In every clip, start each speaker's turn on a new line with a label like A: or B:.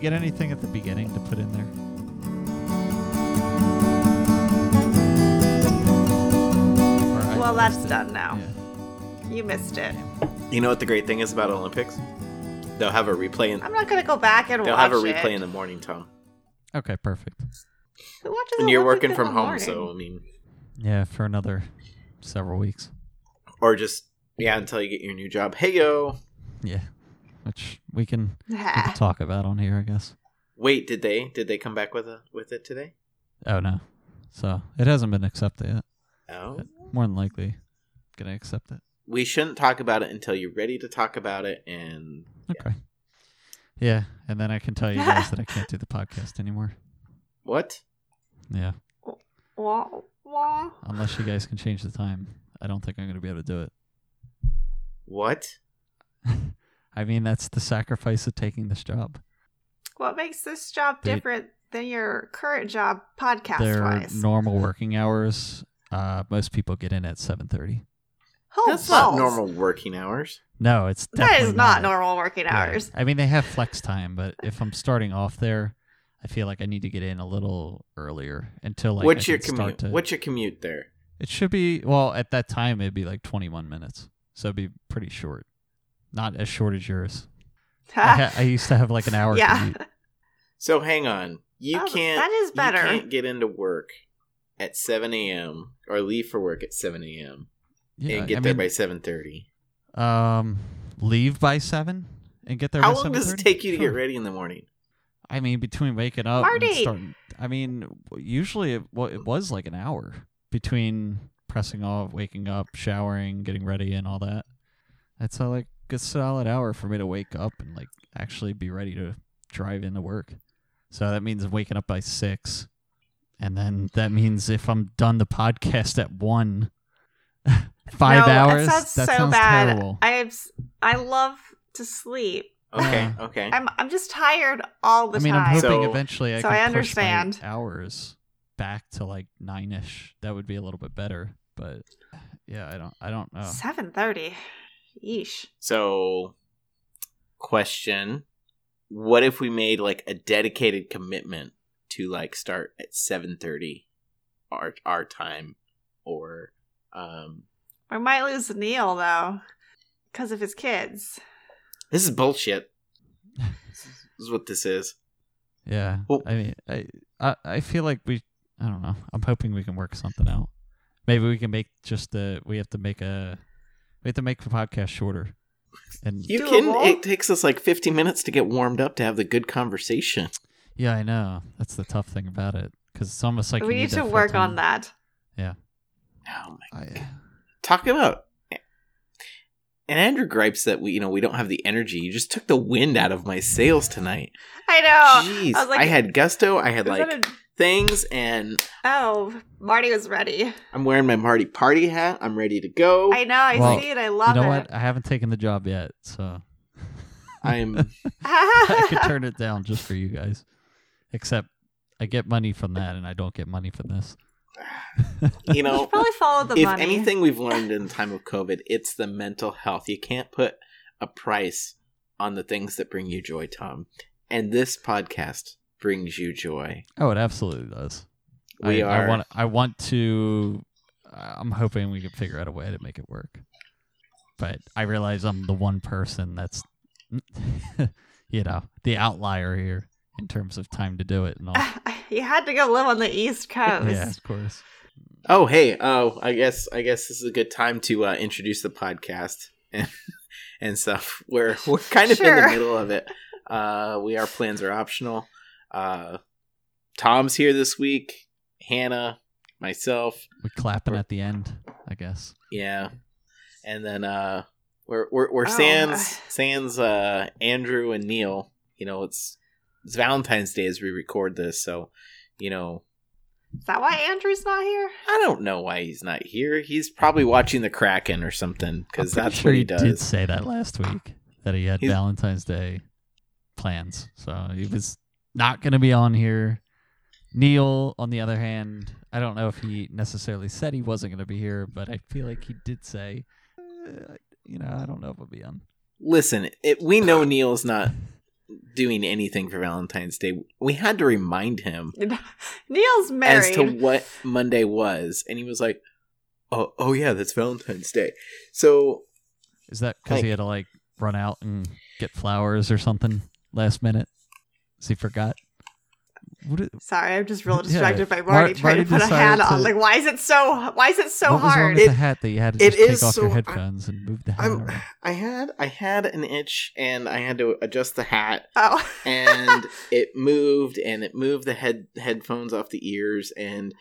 A: get anything at the beginning to put in there? Or I
B: Well,
A: missed
B: that's
A: it.
B: done now.
A: Yeah.
B: You missed it.
C: You know what the great thing is about Olympics? They'll have a replay in
B: I'm not gonna go back and
C: they'll
B: watch
C: have a replay
B: it.
C: in the morning, Tom.
A: Okay, perfect.
B: Who watches
C: And you're
B: Olympics
C: working
B: in
C: from
B: the
C: home,
B: morning?
C: so I mean,
A: Yeah, for another several weeks.
C: or just yeah, until you get your new job. Hey yo,
A: Yeah, which we can, we
B: Ah.
A: can talk about on here, I guess.
C: wait, did they did they come back with a with it today?
A: Oh no, so it hasn't been accepted yet.
C: Oh,
A: More than likely, gonna accept it.
C: we shouldn't talk about it until you're ready to talk about it. And
A: Okay. Yeah, and then I can tell you guys that I can't do the podcast anymore.
C: what?
A: Yeah,
B: Wah, wah.
A: unless you guys can change the time, I don't think I'm gonna be able to do it.
C: What?
A: I mean, that's the sacrifice of taking this job.
B: What makes this job
A: They-
B: different than your current job, podcast
A: Their
B: wise?
A: normal working hours. Uh, most people get in at seven thirty.
B: Who
C: That's not
B: knows?
C: normal working hours.
A: No, it's
B: That
A: definitely
B: is not
A: normal.
B: normal working
A: Yeah.
B: hours.
A: I mean, they have flex time, but if I'm starting off there, I feel like I need to get in a little earlier until like
C: What's
A: I
C: your
A: can start
C: commute?
A: to-
C: What's your commute there?
A: It should be well at that time. It'd be like 21 minutes, so it'd be pretty short. Not as short as yours. I, ha- I used to have like an hour.
B: yeah.
A: commute.
C: So hang on, you
B: Oh,
C: can't.
B: that is better.
C: You can't get into work at seven a.m. or leave for work at seven a.m.
A: yeah.
C: and get
A: I
C: there by
A: mean,
C: seven thirty.
A: um, leave by seven and get there.
C: How
A: by
C: long does it
A: 7:30?
C: take you to get
A: Sure.
C: ready in the morning?
A: I mean, between waking up and
B: Marty!
A: starting. I mean, usually it, well, it was like an hour between pressing off, waking up, showering, getting ready, and all that. That's a, like a solid hour for me to wake up and like actually be ready to drive into work. So that means waking up by six, and then that means if I'm done the podcast at one, five
B: No,
A: hours.
B: That sounds so
A: sounds
B: bad.
A: terrible.
B: I am, s- I love to sleep.
C: Okay,
A: Uh,
C: okay.
B: I'm I'm just tired all the
A: I mean,
B: time.
A: I'm hoping
C: So-
A: eventually I
B: so
A: can
B: I
A: push
B: understand.
A: my hours back to like nine ish. That would be a little bit better, but yeah, I don't, I don't know.
B: Seven thirty. Yeesh.
C: So, question: What if we made like a dedicated commitment to like start at seven thirty, our our time, or um,
B: We might lose Neil though, because of his kids.
C: this is bullshit. this is- this is what this is.
A: Yeah,
C: Well-
A: I mean, I, I, I feel like we, I don't know. I'm hoping we can work something out. Maybe we can make just the. We have to make a. We have to make the podcast shorter, and
C: You
B: Doable.
C: can. It takes us like fifteen minutes to get warmed up to have the good conversation.
A: yeah, I know that's the tough thing about it because it's almost like
B: we
A: you
B: need
A: that
B: to
A: full
B: work on
A: time.
B: that.
C: Oh my
A: I,
C: talk about and andrew gripes that we you know we don't have the energy you just took the wind out of my sails tonight
B: I know.
C: jeez
B: Oh, I
C: I,
B: was like,
C: had gusto i
B: is
C: had like
B: that a-
C: things and
B: oh, Marty was ready.
C: i'm wearing my marty party hat i'm ready to go
B: I know. I
A: Well,
B: see it. I
A: you
B: love
A: know
B: it.
A: what? I haven't taken the job yet, so
C: i'm
A: I could turn it down just for you guys. Except I get money from that and I don't get money from this.
C: you
B: You
C: know
B: should probably follow the
C: if
B: money.
C: anything we've learned in the time of covid it's the mental health you can't put a price on the things that bring you joy tom and this podcast brings you joy
A: Oh, it absolutely does.
C: we
A: I,
C: are
A: I want I want to I'm hoping we can figure out a way to make it work. But I realize I'm the one person that's you know, the outlier here in terms of time to do it and all.
B: you had to go live on the East Coast.
A: yeah, of course.
C: Oh hey, oh I guess I guess this is a good time to uh, introduce the podcast and, and stuff. We're we're kind of in
B: Sure.
C: the middle of it. Uh, we our plans are optional. Uh, Tom's here this week. Hannah, myself,
A: We're clapping at the end, I guess.
C: yeah, and then uh, we're we're, we're
B: Oh.
C: Sans Sans uh, Andrew and Neil. You know it's it's Valentine's Day as we record this, so you know
B: Is that why Andrew's not here?
C: I don't know why he's not here. He's probably watching the Kraken or something because
A: I'm pretty
C: that's
A: sure
C: what he
A: you did
C: does.
A: say that last week that he had
C: He's-
A: Valentine's Day plans, so he was not going to be on here. Neil, on the other hand, I don't know if he necessarily said he wasn't going to be here, but I feel like he did say, uh, you know, I don't know if I'll be on.
C: Uh, Listen, it, we know Neil's not doing anything for Valentine's Day, we had to remind him
B: Neil's married.
C: as to what Monday was, and he was like, "Oh, oh yeah, that's Valentine's Day." So
A: Is that because
C: Like-
A: he had to like run out and get flowers or something last minute? Because he forgot. What is,
B: Sorry, I'm just real
A: Yeah,
B: distracted by
A: Mar-
B: Marty trying
A: Marty
B: to put a hat
A: decided
B: on.
A: to-
B: Like, why is it so? Why is it so
A: what was wrong
B: hard?
A: with
C: It-
A: the hat that you had to
C: it
A: just take
C: is
A: off
C: so-
A: your
C: I-
A: headphones and move the hat?
C: I'm-
A: around?
C: I had I had an itch, and I had to adjust the hat,
B: oh,
C: and it moved, and it moved the head headphones off the ears, and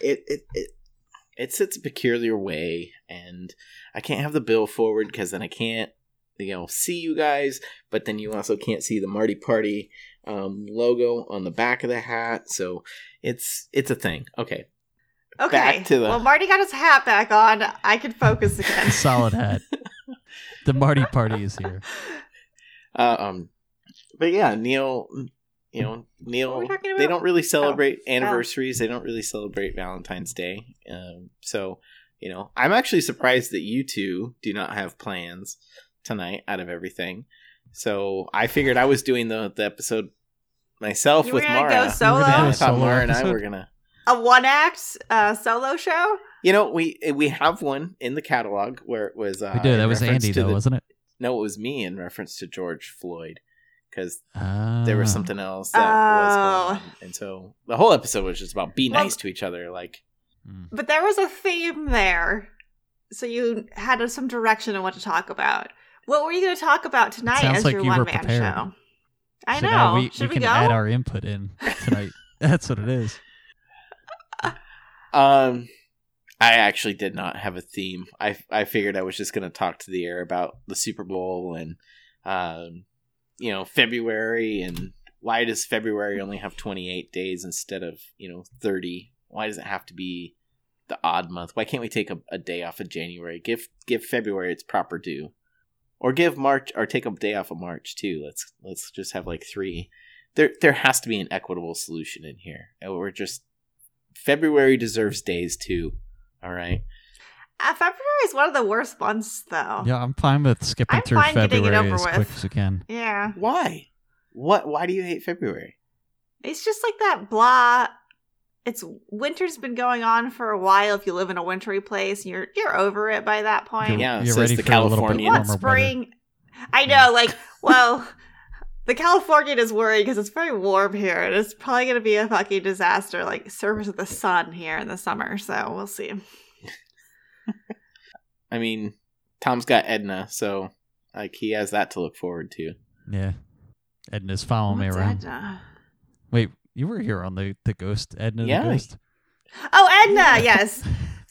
C: it it it it sits a peculiar way, and I can't have the bill forward because then I can't you know see you guys, but then you also can't see the Marty Party um, logo on the back of the hat, so it's it's a thing. Okay,
B: okay.
C: back to the-
B: Well, Marty got his hat back on. I can focus again.
A: Solid hat. The Marty party is here.
C: Uh, um, but yeah, Neil, you know, Neil,
B: we talking about?
C: they
B: Oh,
C: don't really celebrate anniversaries. They don't really celebrate Valentine's Day. Um, so, you know, I'm actually surprised that you two do not have plans tonight out of everything. So I figured I was doing the, the episode myself
B: You were
C: with
B: gonna
C: Mara.
B: go solo?
C: And I
A: Yeah,
C: thought
A: solo
C: Mara and I
A: episode?
C: were gonna.
B: a one act uh, solo show.
C: You know, we we have one in the catalog where it was. Uh,
A: we did.
C: in
A: That was
C: reference
A: Andy,
C: to
A: though,
C: the-
A: wasn't it?
C: No, it was me in reference to George Floyd because
A: Ah.
C: there was something else that was going on.
B: Uh. Oh.
C: And so the whole episode was just about be
B: Well-
C: nice to each other. Like,
A: Mm.
B: But there was a theme there, so you had some direction on what to talk about. What were you going to talk about tonight
A: sounds
B: as
A: like
B: your
A: you were
B: one man
A: prepared.
B: show? I
A: So
B: know.
A: now we,
B: Should
A: we
B: we,
A: can
B: go?
A: add our input in tonight. That's what it is.
C: um, I actually did not have a theme. I I figured I was just going to talk to the air about the Super Bowl and, um, you know, February and why does February only have 28 days instead of you know 30? Why does it have to be the odd month? Why can't we take a, a day off of January? Give give February its proper due, or give March or take a day off of March too. Let's let's just have like three. There there has to be an equitable solution in here. And We're just February deserves days too. All right.
B: Uh, February is one of the worst months,
C: Oh.
B: though.
A: Yeah, I'm fine with skipping
B: I'm
A: through
B: fine getting it
A: February
B: over
A: as
B: with.
A: quick as we can.
B: Yeah.
C: Why? What? Why do you hate February?
B: It's just like that blah. It's winter's been going on for a while. If you live in a wintry place, you're you're over it by that point.
C: Yeah,
A: you're
C: so it's
A: ready
C: the
A: for a little bit
C: Californian-
A: warmer
B: What
A: weather.
B: spring? I
A: Yeah.
B: know, like, well, the Californian is worried because it's very warm here, and it's probably going to be a fucking disaster, like service of the sun here in the summer. So we'll see.
C: I mean, Tom's got Edna, so like he has that to look forward to.
A: Yeah. Edna's following
B: What's
A: me around.
B: Edna?
A: Wait, you were here on the, the ghost, Edna
C: Yeah.
A: the ghost?
B: Oh, Edna,
A: Yeah.
B: yes.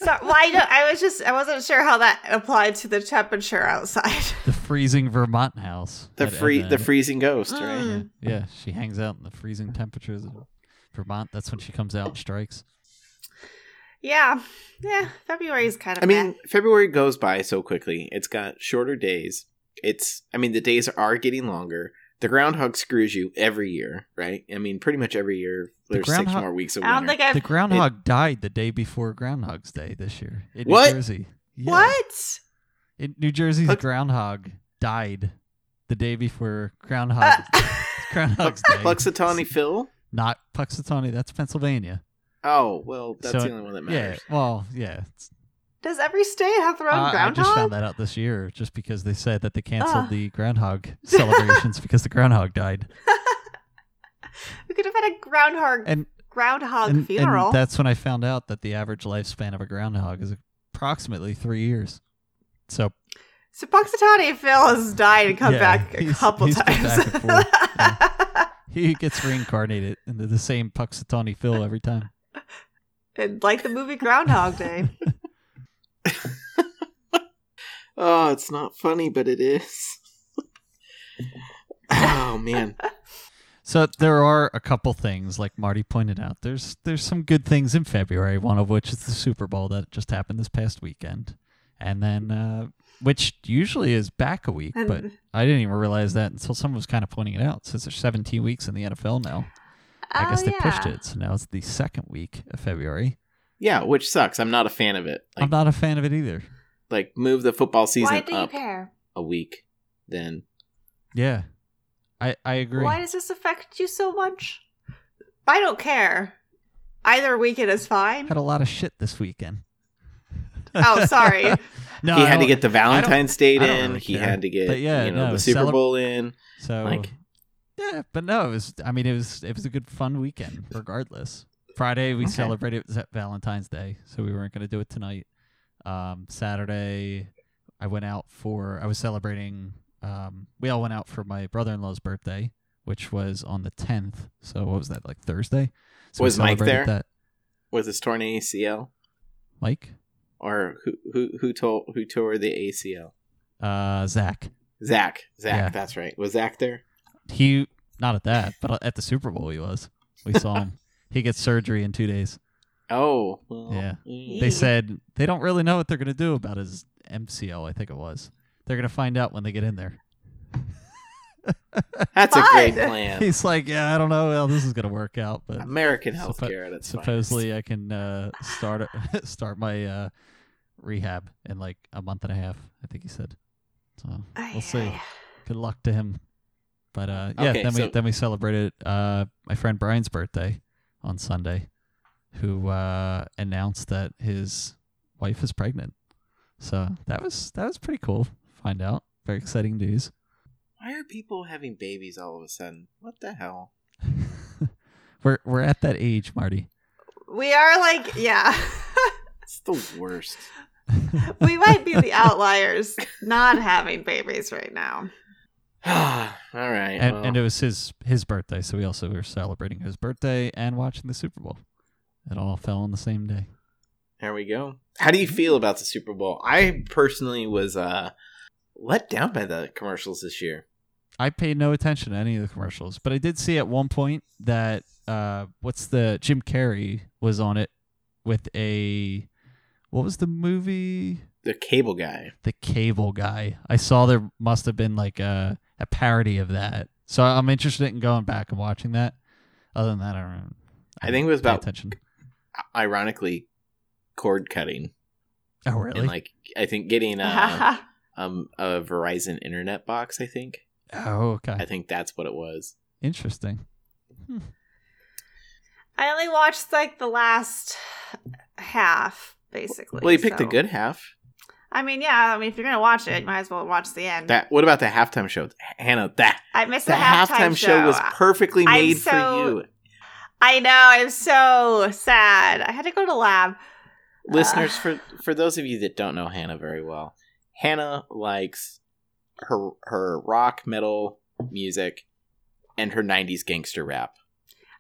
B: So, well, I, don't, I was just, I wasn't sure how that applied to the temperature outside.
A: The freezing Vermont house.
C: The
A: had
C: free,
A: Edna
C: the
A: in it.
C: freezing ghost, right?
B: Mm.
A: Yeah, yeah, she hangs out in the freezing temperatures in Vermont. That's when she comes out and strikes.
B: Yeah. Yeah. February is kind of
C: I
B: meh.
C: mean, February goes by so quickly. It's got shorter days. It's, I mean, the days are getting longer. The groundhog screws you every year, right? I mean, pretty much every year.
A: The
C: There's six
A: groundhog-
C: more weeks of
B: I don't
C: winter.
B: think I've.
A: The groundhog died the day before Groundhog's Day this year in
C: What?
A: New Jersey. Yeah.
B: What?
A: In New Jersey's
C: Look-
A: groundhog died the day before Groundhog
B: Uh,
A: Groundhog's Day.
C: Puxatawny Phil.
A: not Puxatawny. That's Pennsylvania.
C: Oh well, that's
A: So,
C: the only one that matters.
A: Yeah. Well, yeah. it's-
B: does every state have their own
A: Uh, I- I
B: groundhog?
A: just found that out this year, just because they said that they canceled
B: Ah.
A: the groundhog celebrations because the groundhog died,
B: We could have had a groundhog
A: and
B: groundhog
A: and- and
B: funeral.
A: that's when I found out that the average lifespan of a groundhog is approximately three years. So
B: so Puxatawny Phil has died and come
A: Yeah,
B: back a
A: he's-
B: couple
A: he's been
B: times.
A: back and forth, he gets reincarnated into the same Puxatawny Phil every time.
B: And like the movie Groundhog Day.
C: Oh, it's not funny, but it is. oh man,
A: So there are a couple things, like Marty pointed out. There's there's some good things in February. One of which is the Super Bowl that just happened this past weekend, and then uh, which usually is back a week,
B: And
A: but I didn't even realize that until someone was kind of pointing it out. Since there's 17 weeks in the NFL now, I guess
B: oh,
A: they
B: yeah.
A: pushed it, so now it's the second week of February.
C: yeah, which sucks. I'm not a fan of it. Like,
A: I'm not a fan of it either.
C: like move the football
B: Why
C: season
B: do you
C: up
B: care?
C: a week, then
A: Yeah, I I agree.
B: Why does this affect you so much? I don't care. Either weekend is fine.
A: Had a lot of shit this weekend.
B: Oh, sorry.
A: no,
C: he
A: I
C: had to
A: don't-
C: get the Valentine's Date
A: I don't
C: in.
A: really
C: he
A: care.
C: had to get
A: But yeah,
C: you know
A: no,
C: the Super
A: celeb- Oh.
C: Bowl in.
A: so
C: Like-
A: yeah, but no, it was. I mean, it was it was a good fun weekend regardless. Friday we
C: Okay.
A: celebrated it was at Valentine's Day, so we weren't going to do it tonight. Um, Saturday I went out for I was celebrating. Um, we all went out for my brother in law's birthday, which was on the tenth. So what was that like Thursday? So we
C: Was Mike
A: celebrated
C: there?
A: That
C: Was this torn ACL
A: Mike,
C: or who who who told who tore the ACL?
A: uh, Zach.
C: Zach. Zach.
A: Yeah.
C: That's right. Was Zach there?
A: He not at that, but at the Super Bowl he was. We saw him. he gets surgery in two days.
C: Oh. well,
A: Yeah.
C: mm.
A: they
B: Yeah.
A: said they don't really know what they're going to do about his MCL. I think it was. They're going to find out when they get in there.
C: That's a great
B: Fun.
C: plan.
A: He's like, yeah, I don't know how this is going to work out, but
C: American
A: Suppo-
C: healthcare at its
A: supposedly I can uh, start start my uh, rehab in like a month and a half. I think he said. So we'll see. Good luck to him. But uh, yeah,
C: Okay,
A: then we
C: so-
A: then we celebrated uh, my friend Brian's birthday on Sunday, who uh, announced that his wife is pregnant. So that was that was pretty cool. to Find out very exciting news.
C: Why are people having babies all of a sudden? What the hell?
A: we're we're at that age, Marty.
B: We are like, yeah.
C: It's the worst.
B: we might be the outliers not having babies right now.
C: all right.
A: and,
C: well,
A: and it was his his birthday, so we also were celebrating his birthday and watching the Super Bowl. It all fell on the same day.
C: there we go. How do you feel about the Super Bowl? I personally was uh, let down by the commercials this year.
A: I paid no attention to any of the commercials, but I did see at one point that uh, what's the Jim Carrey was on it with a what was the movie?
C: The cable guy.
A: The Cable Guy. I saw there must have been like a a parody of that, so I'm interested in going back and watching that. Other than that, I don't. know.
C: I think it was about-
A: attention.
C: Ironically, cord cutting
A: Oh really?
C: and like I think getting a, um a Verizon internet box. I think
A: oh okay.
C: I think that's what it was.
A: Interesting. Hmm.
B: I only watched like the last half, basically.
C: Well, you picked
B: so-
C: the good half.
B: I mean, yeah. I mean, if you're gonna watch it, you might as well watch the end.
C: That. What about the halftime show, Hannah? That
B: I missed
C: the halftime show was perfectly
B: I'm
C: made
B: so-
C: for you.
B: I know. I'm so sad. I had to go to lab.
C: listeners for for those of you that don't know Hannah very well, Hannah likes her her rock metal music and her 90s gangster rap.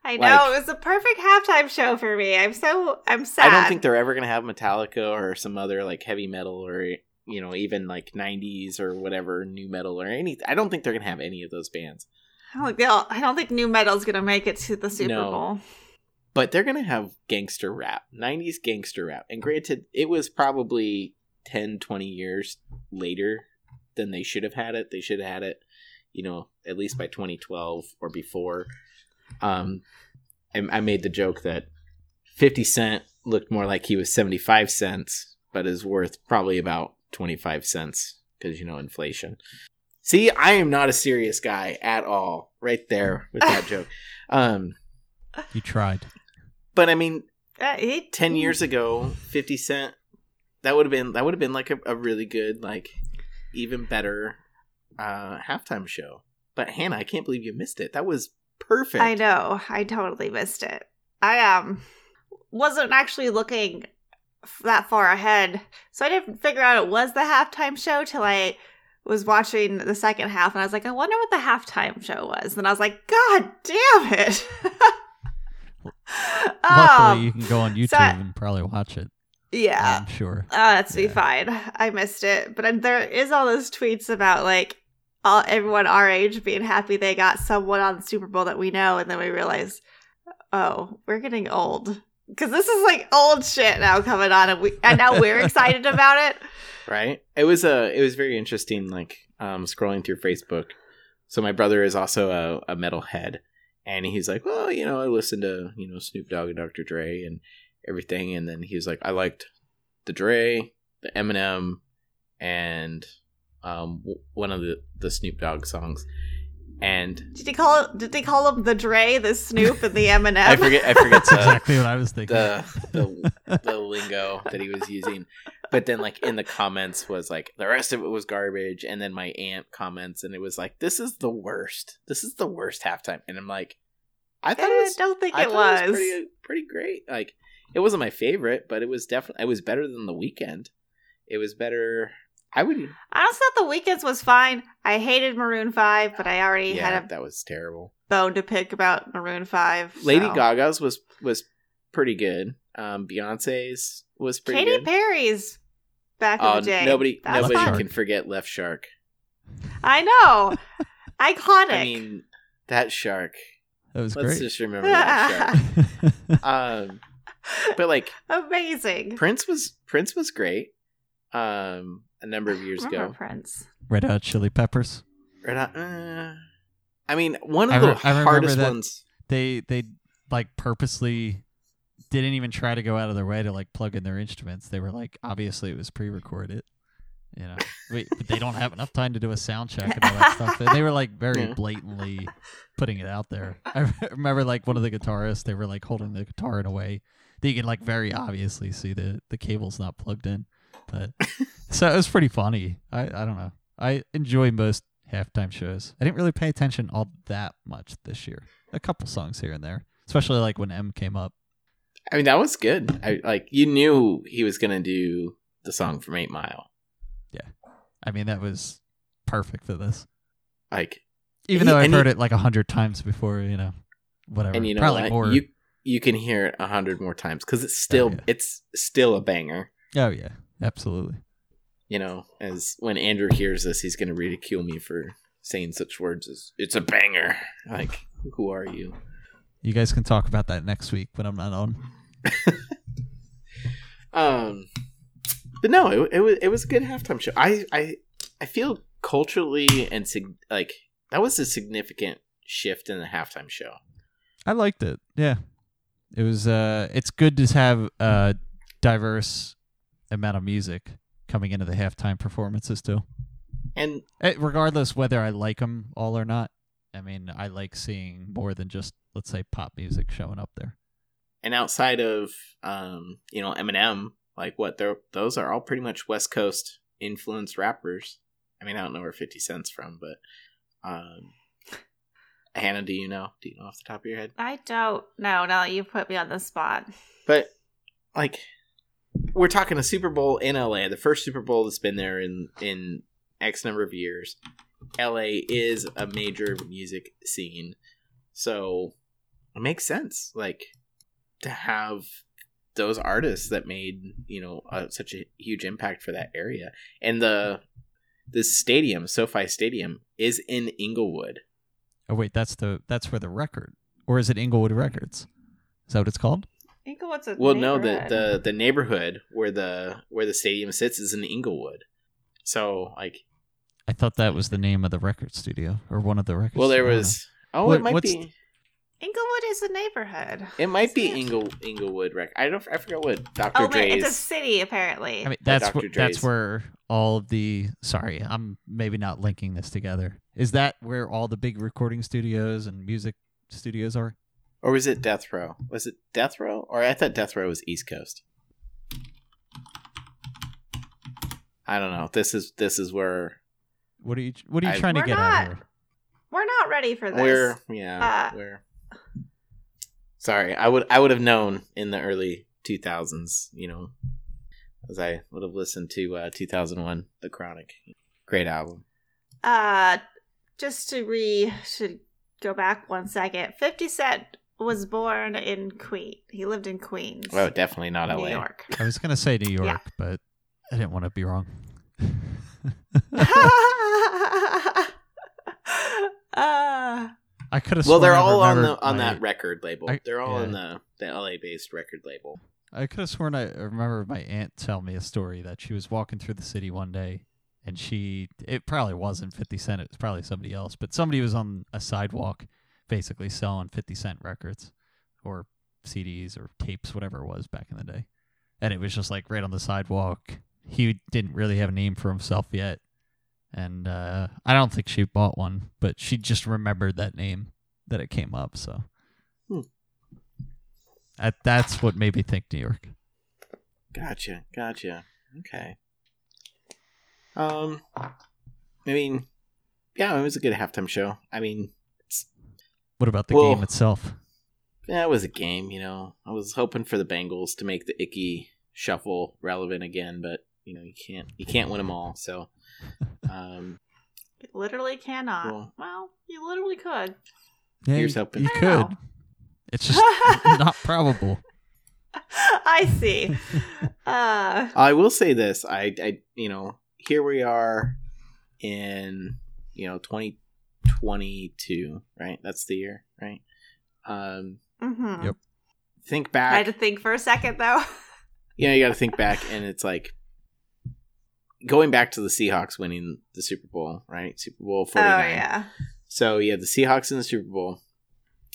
B: I know
C: Like-
B: it was the perfect halftime show for me. I'm so I'm sad.
C: I don't think they're ever going to have Metallica or some other like heavy metal or you know even like 90s or whatever new metal or any I don't think they're going to have any of those bands.
B: I don't think they'll- I don't think new metal's gonna make it to the Super
C: No.
B: Bowl.
C: But they're going to have gangster rap, 90s gangster rap. And granted, it was probably 10 20 years later than they should have had it they should have had it you know at least by 2012 or before um i, I made the joke that 50 cent looked more like he was 75 cents but is worth probably about 25 cents because you know inflation see i am not a serious guy at all right there with that joke um
A: You tried.
C: but i mean
B: Uh, he-
C: 10 years ago 50 cent that would have been that would have been like a, a really good like even better uh halftime show but hannah i can't believe you missed it that was perfect
B: I know. I totally missed it. I um wasn't actually looking f- that far ahead, so I didn't figure out it was the halftime show till I was watching the second half, and I was like, I wonder what the halftime show was. And I was like, God damn it!
A: Luckily,
C: Oh!
B: Um,
A: you can go on YouTube
B: so I-
A: and probably watch it.
B: yeah.
C: Uh,
A: I'm sure.
B: Oh, that's be
A: Yeah.
B: fine. I missed it, but then there is all those tweets about like all everyone our age being happy they got someone on the Super Bowl that we know, and then we realize, oh, we're getting old because this is like old shit now coming on, and we and now we're excited about it.
C: right it was a it was very interesting like um scrolling through facebook so my brother is also a, a metalhead and he's like well you know i listened to you know snoop dogg and dr dre and everything and then he was like i liked the dre the eminem and um w- one of the the snoop dogg songs and
B: Did they call it? Did they call him the Dre, the Snoop, and the Eminem?
C: I forget I forget
A: That's
C: the,
A: exactly what I was thinking.
C: the the the lingo that he was using. But then like in the comments was like the rest of it was garbage and then my aunt comments and it was like this is the worst. This is the worst halftime and I'm like I
B: I
C: thought it was
B: don't think
C: I
B: it
C: thought
B: was.
C: pretty, uh, pretty great. Like it wasn't my favorite, but it was definitely it was better than the weekend. It was better I would
B: I also thought the weekends was fine. I hated Maroon Five, but I already
C: yeah,
B: had a
C: that was terrible.
B: bone to pick about Maroon Five.
C: Lady
B: so.
C: Gaga's was was pretty good. Um Beyonce's was pretty
B: Katy
C: good.
B: Perry's back
C: Oh,
B: in the day.
C: nobody
B: That was
C: nobody
B: fun.
A: fun.
C: can forget Left Shark.
B: I know. Iconic.
C: I mean, that shark.
A: that was
C: Let's
A: great.
C: just remember that shark. Um, but like
B: Amazing.
C: Prince was Prince was great. Um, a number of years
B: Remember
C: ago.
B: Prince.
A: Red Hot Chili Peppers.
C: Right on- uh, I mean, one of
A: I
C: the
A: re- I remember
C: hardest
A: that-
C: ones.
A: They they like purposely didn't even try to go out of their way to like plug in their instruments. They were like, obviously it was pre-recorded. You know, we, but they don't have enough time to do a sound check and all that stuff. And they were like very
C: Yeah.
A: blatantly putting it out there. I remember like one of the guitarists, they were like holding the guitar in a way that you can like very obviously see the the cable's not plugged in. But so it was pretty funny. I I don't know. I enjoy most halftime shows. I didn't really pay attention all that much this year. A couple songs here and there, especially like when M came up.
C: I mean, that was good. I like you knew he was gonna do the song from Eight Mile.
A: I mean, that was perfect for this.
C: Like,
A: Even
C: He-
A: though I've
C: and
A: heard
C: he-
A: it like a hundred times before, you know, whatever.
C: and you know
A: Probably
C: what?
A: more. Oh,
C: You you can hear it a hundred more times because it's still
A: yeah.
C: it's still a banger.
A: Oh yeah, absolutely.
C: you know, as when Andrew hears this, he's going to ridicule me for saying such words as "it's a banger." Like, who are you?
A: You guys can talk about that next week when I'm not on.
C: Um, but no, it, it was it was a good halftime show. I I I feel culturally and sig- like that was a significant shift in the halftime show.
A: I liked it. Yeah, it was. Uh, it's good to have a diverse amount of music coming into the halftime performances too.
C: And
A: Eh, regardless whether I like them all or not, I mean, I like seeing more than just let's say pop music showing up there.
C: and outside of um, you know, Eminem, like what they're those are all pretty much West Coast influenced rappers. I mean, I don't know where Fifty Cent's from, but um, Hannah, do you know? Do you know off the top of your head?
B: I don't know. Now that you put me on the spot.
C: But like, we're talking a Super Bowl in LA, the first Super Bowl that's been there in in X number of years. LA is a major music scene, so it makes sense. Like to have those artists that made you know uh, such a huge impact for that area, and the the stadium, SoFi Stadium, is in Inglewood.
A: Oh wait, that's the that's for the record, or is it Inglewood Records? Is that what it's called?
B: I think what's a
C: Well, no, the,
B: neighborhood.
C: the the neighborhood where the where the stadium sits is in Inglewood. So like,
A: I thought that was the name of the record studio or one of the records.
C: well, there was. Oh,
A: What-
C: it might
A: what's-
C: be.
B: Inglewood is a neighborhood.
C: It might be
B: Isn't it?
C: Ingle Inglewood Rec. I don't. I forget what Dr.
B: Oh wait,
C: Dre's.
B: it's a city apparently.
A: I mean, that's
C: Dr.
A: where, that's
C: Dre's.
A: where all of the. Sorry, I'm maybe not linking this together. Is that where all the big recording studios and music studios are?
C: or was it Death Row? Was it Death Row? Or I thought Death Row was East Coast. I don't know. This is this is where
A: What are you What are you
C: I-
A: trying to
B: We're
A: get
B: not.
A: at here?
B: We're not ready for this.
C: we're yeah
B: Uh,
C: we're. Sorry, I would I would have known in the early two thousands. You know, as I would have listened to uh, two thousand one, The Chronic, great album.
B: Uh, just to re to go back one second. Fifty Cent was born in Queen. He lived in Queens,
C: Oh, definitely not
B: New
C: L.A.
B: York.
A: I was gonna say New York,
B: Yeah.
A: but I didn't want to be wrong.
B: uh,
A: I could have.
C: Well, they're all on the on
A: my,
C: that record label.
A: I-
C: they're all
A: yeah.
C: on the the LA based record label.
A: I could have sworn I I remember my aunt tell me a story that she was walking through the city one day and she it probably wasn't 50 cent it was probably somebody else but somebody was on a sidewalk basically selling 50 cent records or CDs or tapes whatever it was back in the day and it was just like right on the sidewalk he didn't really have a name for himself yet and uh, I don't think she bought one, but she just remembered that name that it came up. So
C: Hmm.
A: that that's what made me think New York.
C: Gotcha, gotcha. Okay. Um, I mean, yeah, it was a good halftime show. I mean,
A: What about the
C: Well-
A: game itself?
C: yeah, it was a game. You know, I was hoping for the Bengals to make the icky shuffle relevant again, but you know, you can't you can't win them all. So, um,
B: You literally cannot.
C: Well-
B: well, you literally could.
A: Yeah,
C: Here's
A: you,
C: hoping.
A: you
B: I
A: could.
B: don't know.
A: It's just not probable.
B: I see. Uh,
C: I will say this: I, I, you know, here we are in you know 2022, right? That's the year, right? Um,
B: mhm.
A: Yep.
C: think
B: I
C: back.
B: had to think for a second though. Oh,
C: yeah, you got to think back, and it's like going back to the Seahawks winning the Super Bowl, right? Super Bowl
B: Oh
C: 49.
B: yeah.
C: So you had the Seahawks in the Super Bowl,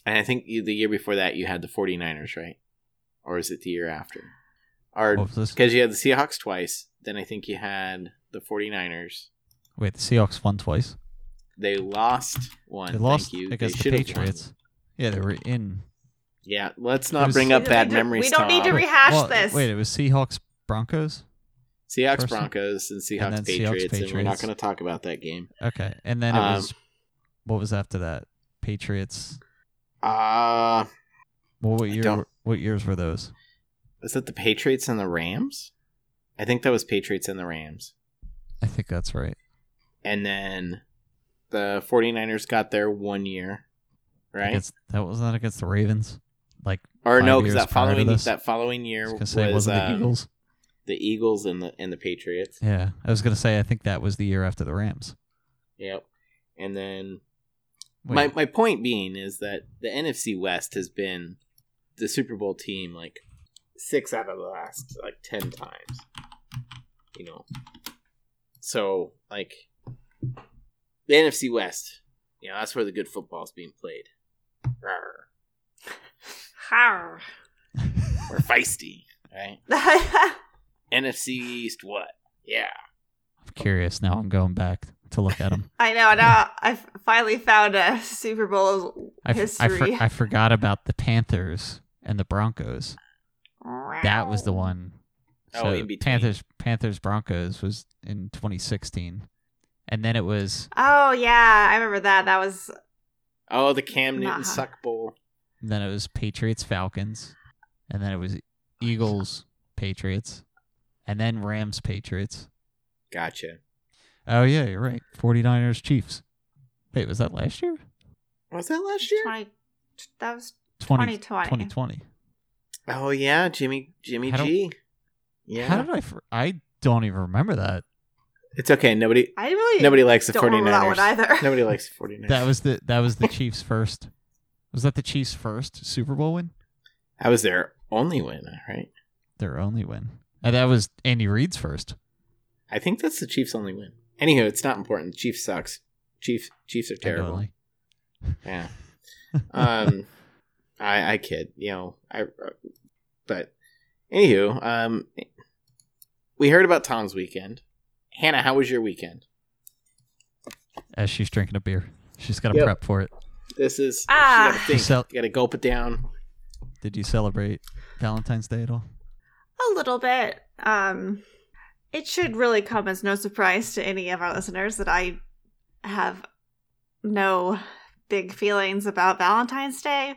C: and I think you, the year before that you had the 49ers, right? Or is it the year after? Or
A: What was this?
C: because you had the Seahawks twice, then I think you had the 49ers.
A: Wait, the Seahawks won twice.
C: They lost one.
A: They lost
C: Thank you.
A: against
C: They
A: the
C: should've won.
A: Patriots. Yeah, they were in.
C: Yeah, let's
A: It
C: not
A: was-
C: bring
A: We
C: up
B: don't
C: bad
B: need to-
C: memories.
B: we don't need to
C: Tom.
B: re- rehash
A: Well,
B: this.
A: Wait, it was Seahawks Broncos.
C: Seahawks
A: First-
C: Broncos and Seahawks,
A: then Seahawks,
C: Patriots, and we're not
A: Patriots.
C: going to talk about that game.
A: Okay, and then it
C: Um,
A: was what was after that? Patriots.
C: Uh
A: Well, what year?
C: don't-
A: were- What years were those?
C: was that the Patriots and the Rams? I think that was Patriots and the Rams.
A: I think that's right.
C: And then the 49ers got there one year, right?
A: Against, that was not against the Ravens. Like
C: or no,
A: five
C: because
A: years
C: that
A: prior to
C: following
A: this.
C: that following
A: I
C: year
A: was
C: was,
A: gonna say, wasn't
C: um,
A: the Eagles?
C: the Eagles and the and the Patriots.
A: Yeah, I was gonna say I think that was the year after the Rams.
C: Yep. And then
A: Wait,
C: My my point being is that the NFC West has been the Super Bowl team like six out of the last like ten times. You know. So like the NFC West, you know, that's where the good football's being played. Rawr.
B: Har.
C: We're feisty, right? NFC East what? Yeah.
A: I'm curious now. I'm going back to look at them.
B: I know. Now I finally found a Super Bowl
A: I, f- I, for-
B: history.
A: I forgot about the Panthers and the Broncos. That was the one.
C: Oh,
A: So
C: in between.
A: Panthers Panthers Broncos was in 2016, and then it was
B: Oh yeah, I remember that. That was
C: Oh, the Cam Newton
B: Nah.
C: suck bowl.
A: then it was Patriots Falcons, and then it was Eagles Patriots, and then Rams Patriots.
C: Gotcha.
A: Oh yeah, you're right. 49ers Chiefs. Wait, was that last year?
C: Was that last year?
B: twenty. That was
A: 20,
B: 2020.
A: 2020.
C: Oh yeah, Jimmy Jimmy
A: How do-
C: G. Yeah.
A: How did I? fr- I don't even remember that.
C: It's okay. Nobody
B: I really
C: Nobody likes the
B: don't remember that one
C: 49ers.
B: either.
C: Nobody likes the 49ers.
A: That was the that was the Chiefs first. Was that the Chiefs first Super Bowl win?
C: that was their only win, right?
A: Their only win. And that was Andy Reid's first.
C: I think that's the Chiefs' only win. Anywho, it's not important. The Chiefs sucks. Chiefs Chiefs are terrible.
A: Annually.
C: Yeah. Um I I kid, you know. I but anywho, um we heard about Tom's weekend. Hannah, how was your weekend?
A: As she's drinking a beer, she's got to
C: Yep.
A: prep for it.
C: This is
B: Ah.
C: you gotta think.
A: So-
C: you gotta gulp it down.
A: Did you celebrate Valentine's Day at all?
B: A little bit. Um, it should really come as no surprise to any of our listeners that I have no big feelings about Valentine's Day.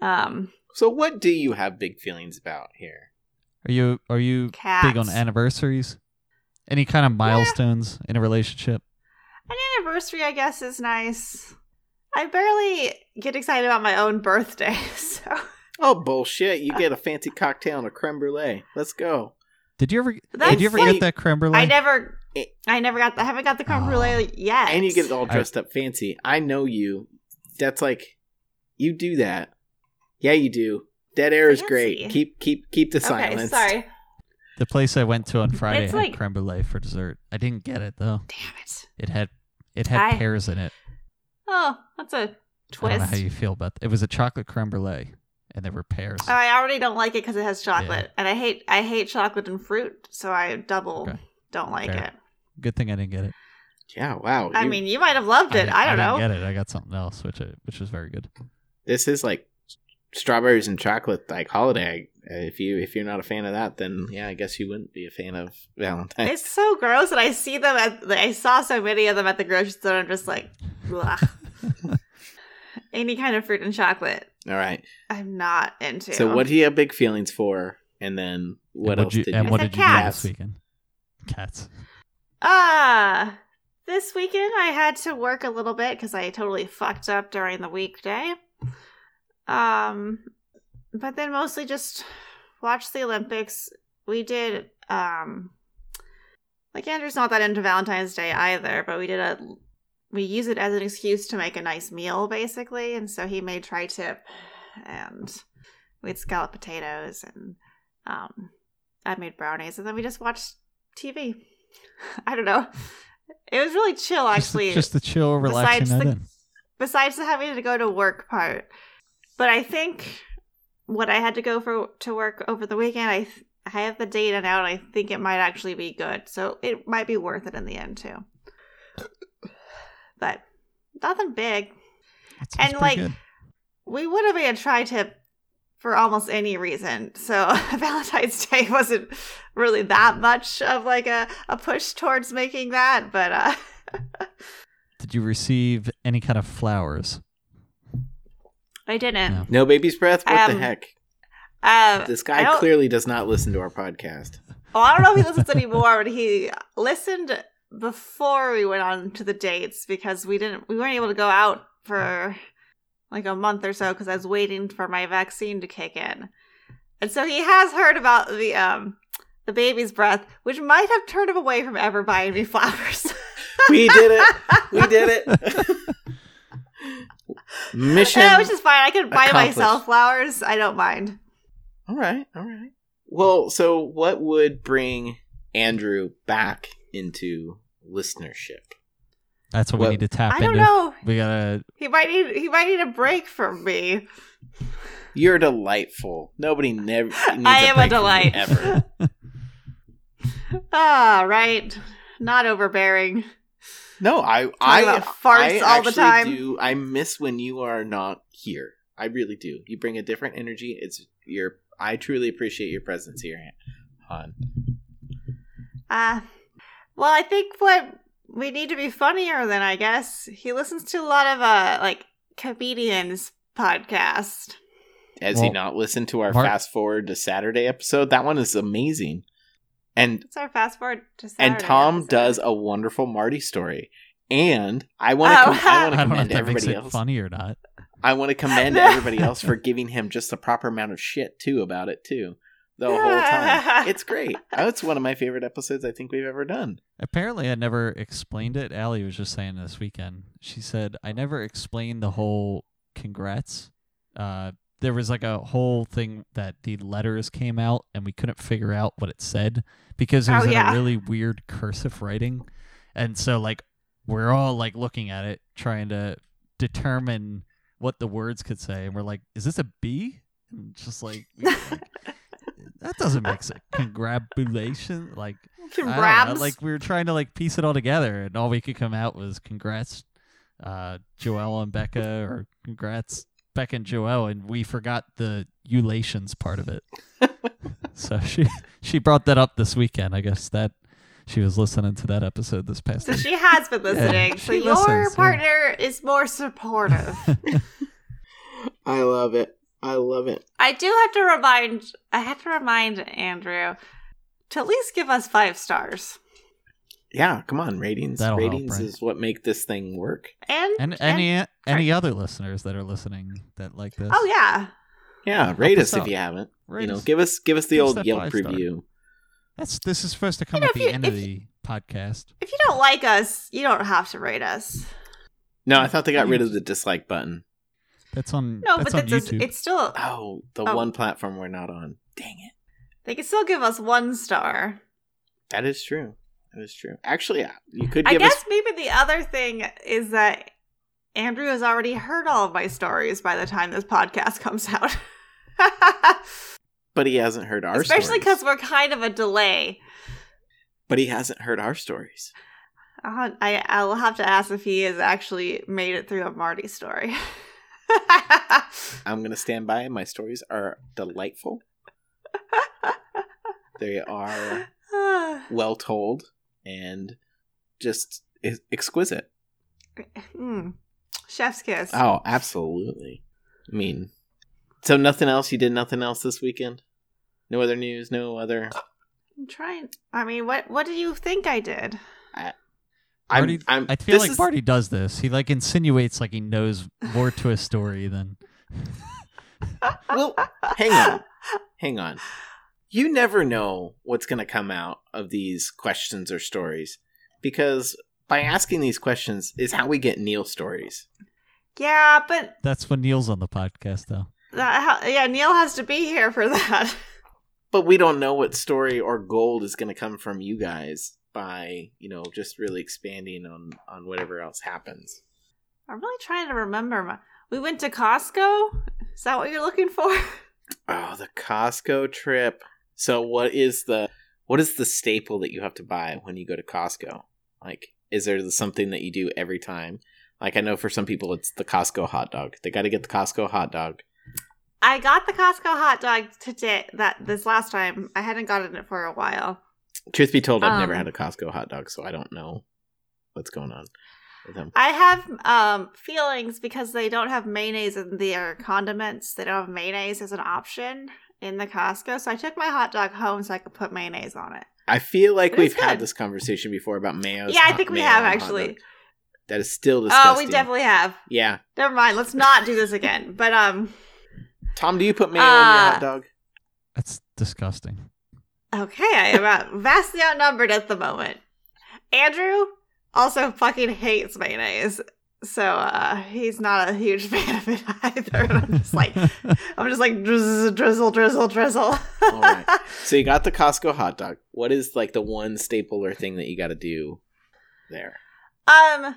B: Um,
C: So what do you have big feelings about here?
A: Are you are you
B: cats.
A: big on anniversaries? Any kind of milestones in a relationship?
B: An anniversary, I guess, is nice. I barely get excited about my own birthday, so
C: Oh bullshit! You get a fancy cocktail and a creme brulee. Let's go.
A: Did you ever
B: That's
A: did you ever
B: like-
A: get that creme brulee?
B: I never, I never got the, I haven't got the creme brulee yet.
C: Oh. and you get all
A: I-
C: dressed up fancy. I know you. That's like you do that. Yeah, you do. Dead air is great.
B: Fancy.
C: Keep keep keep the
B: okay,
C: silence.
B: sorry.
A: The place I went to on Friday
B: It's
A: had
B: like-
A: creme brulee for dessert. I didn't get it though.
B: Damn it!
A: It had it had
B: I-
A: pears in it.
B: Oh, that's a
A: I don't know how
B: twist.
A: you feel about that. It was a chocolate creme brulee, and there were pears.
B: Oh, I already don't like it because it has chocolate, and I hate I hate chocolate and fruit, so I double
A: Okay.
B: don't like
A: Fair. Good thing I didn't get it.
C: Yeah, wow.
B: I
C: you-
B: mean, you might have loved it. I, don't
A: didn't
B: know.
A: Get it? I got something else, which I, which was very good.
C: this is like strawberries and chocolate like holiday. Uh, If you if you're not a fan of that, then yeah, I guess you wouldn't be a fan of Valentine's.
B: It's so gross, and I see them at. Like, I saw so many of them at the grocery store. and I'm just like, blah. any kind of fruit and chocolate,
C: All right.
B: I'm not into.
C: So what do you have big feelings for? And then what
A: and
C: else
A: you,
C: did
A: and
C: you?
A: what
B: I
A: did
B: said
A: you do
B: cats.
A: this weekend? Cats.
B: Ah, this weekend I had to work a little bit because I totally fucked up during the weekday. Um, but then mostly just watched the Olympics. We did um, like Andrew's not that into Valentine's Day either, but we did a we use it as an excuse to make a nice meal basically, and so he made tri-tip, and we had scalloped potatoes, and um, I made brownies, and then we just watched TV. I don't know. It was really chill, actually.
A: just, just the chill, relaxing
B: Oh, besides
A: night
B: the
A: in.
B: besides the having to go to work part. But I think what I had to go for to work over the weekend, I th- I have the data now, and I think it might actually be good. So it might be worth it in the end too. But nothing big.
A: That sounds
B: and,
A: pretty
B: like,
A: good.
B: We would have made a tri tip for almost any reason. So Valentine's Day wasn't really that much of like a, a push towards making that, but uh
A: did you receive any kind of flowers?
B: I didn't.
A: No.
C: No baby's breath. What the
B: Um,
C: heck?
B: Uh,
C: This
B: I
C: guy
B: don't-
C: clearly does not listen to our podcast.
B: Well, Oh, I don't know if he listens anymore, but he listened before we went on to the dates because we didn't we weren't able to go out for like a month or so because I was waiting for my vaccine to kick in. And so he has heard about the um the baby's breath, which might have turned him away from ever buying me flowers.
C: We did it. We did it. Mission.
B: and which is fine. I can buy
C: accomplished.
B: myself flowers. I don't mind.
C: All right, all right. Well, so what would bring Andrew back into listenership?
A: That's what
C: Well,
A: we need to tap
B: I don't
A: into.
B: know.
A: We gotta.
B: He might need he might need a break from me.
C: You're delightful. Nobody never. Needs
B: I am a
C: break from you
B: delight.
C: Ever.
B: Ah, right. Not overbearing.
C: No, I I
B: about farts
C: I
B: all the
C: actually
B: time.
C: Do, I miss when you are not here. I really do. You bring a different energy. It's your. I truly appreciate your presence here, Han.
B: Uh, well, I think what we need to be funnier than I guess. He listens to a lot of uh like comedians podcast.
C: Has he
A: Well,
C: not listened to our
A: Mark-
C: fast forward to Saturday episode? That one is amazing. And
B: It's our fast forward to Saturday.
C: and Tom
B: episode.
C: does a wonderful Marty story. And I want to
B: Oh.
C: I want
A: I
C: to
A: don't know if
C: commend
A: that makes
C: everybody
A: it
C: else.
A: funny or not.
C: I want to commend
B: No.
C: everybody else for giving him just the proper amount of shit too about it too. The whole time. It's great. Oh, It's one of my favorite episodes I think we've ever done.
A: Apparently, I never explained it. Allie was just saying this weekend. She said I never explained the whole congrats. Uh, there was like a whole thing that the letters came out, and we couldn't figure out what it said because it
B: Oh,
A: was in
B: yeah.
A: a really weird cursive writing, and so like we're all like looking at it, trying to determine what the words could say, and we're like, "Is this a B?" And just like, we- like, that doesn't make sense. Congratulations, like. I don't know,
B: Congrats.
A: like we were trying to like piece it all together, and all we could come out was congrats, uh, Joelle and Becca, or congrats Becca and Joelle, and we forgot the ulations part of it. so she she brought that up this weekend. I guess that she was listening to that episode this past
B: so
A: week.
B: she has been listening.
A: Yeah,
B: so
A: she
B: your
A: listens, yeah.
B: partner is more supportive.
C: I love it. I love it.
B: I do have to remind I have to remind Andrew to at least give us five stars.
C: Yeah, come on, ratings.
A: That'll help,
C: ratings
A: right?
C: is what make this thing work.
B: And,
A: and any any other listeners that are listening that like this?
B: Oh yeah.
C: Yeah, rate
A: us
C: us if
A: out.
C: you haven't.
A: Rate
C: you know,
A: us.
C: give us give us the
A: give us
C: old
A: that
C: Yelp
A: five star.
C: review.
A: that's this is supposed to come
B: know,
A: at
B: if
A: the
B: you-
A: end
B: if
A: of the podcast.
B: If you don't like us, you don't have to rate us.
C: No, I thought they got
A: You-
C: rid of the dislike button.
A: That's on
B: No,
A: that's
B: but
A: on
B: that's
A: YouTube.
B: it's still
C: Oh, the
B: Oh.
C: one platform we're not on. Dang it.
B: They can still give us one star.
C: That is true. That is true. Actually, yeah, you could
B: I
C: give
B: guess
C: us.
B: maybe the other thing is that Andrew has already heard all of my stories by the time this podcast comes out.
C: But he hasn't heard our
B: Especially
C: stories.
B: because we're kind of a delay.
C: But he hasn't heard our stories.
B: I'll, I I will have to ask if he has actually made it through a Marty story.
C: I'm gonna stand by. My stories are delightful. they are well told and just ex- exquisite.
B: Mm. Chef's kiss.
C: Oh, absolutely. I mean, so nothing else. You did nothing else this weekend. No other news. No other.
B: I'm trying. I mean, what what do you think I did?
C: I'm-
A: Marty,
C: I'm-
A: I feel
C: this
A: like
C: is-
A: Marty does this. He like insinuates like he knows more to a story than
C: Well, hang on. Hang on. You never know what's going to come out of these questions or stories because by asking these questions is how we get Neil stories.
B: Yeah, but
A: that's when Neil's on the podcast though.
B: that, yeah, Neil has to be here for that.
C: But we don't know what story or gold is going to come from you guys by, you know, just really expanding on on whatever else happens.
B: I'm really trying to remember. My, we went to Costco. Is that what you're looking for?
C: Oh, the Costco trip. So what is the what is the staple that you have to buy when you go to Costco? Like is there the- something that you do every time? Like I know for some people it's the Costco hot dog. They got to get the Costco hot dog.
B: I got the Costco hot dog today. That this last time I hadn't gotten it for a while.
C: Truth be told, I've never
B: Um.
C: had a Costco hot dog, so I don't know what's going on with them.
B: I have um, feelings because they don't have mayonnaise in their condiments. They don't have mayonnaise as an option in the Costco. So I took my hot dog home so I could put mayonnaise on it.
C: I feel like
B: It is
C: we've had
B: good.
C: this conversation before about mayo.
B: yeah, I think we have actually.
C: That is still disgusting.
B: Oh, we definitely have.
C: Yeah,
B: Never mind. Let's not do this again. But um,
C: Tom, do you put mayo on your
B: Uh,
C: hot dog?
A: That's disgusting.
B: okay, I am out, vastly outnumbered at the moment. Andrew also fucking hates mayonnaise, so uh, he's not a huge fan of it either. And I'm just like, I'm just like drizzle, drizzle, drizzle, drizzle.
C: All right. So you got the Costco hot dog. What is like the one staple or thing that you got to do there?
B: Um,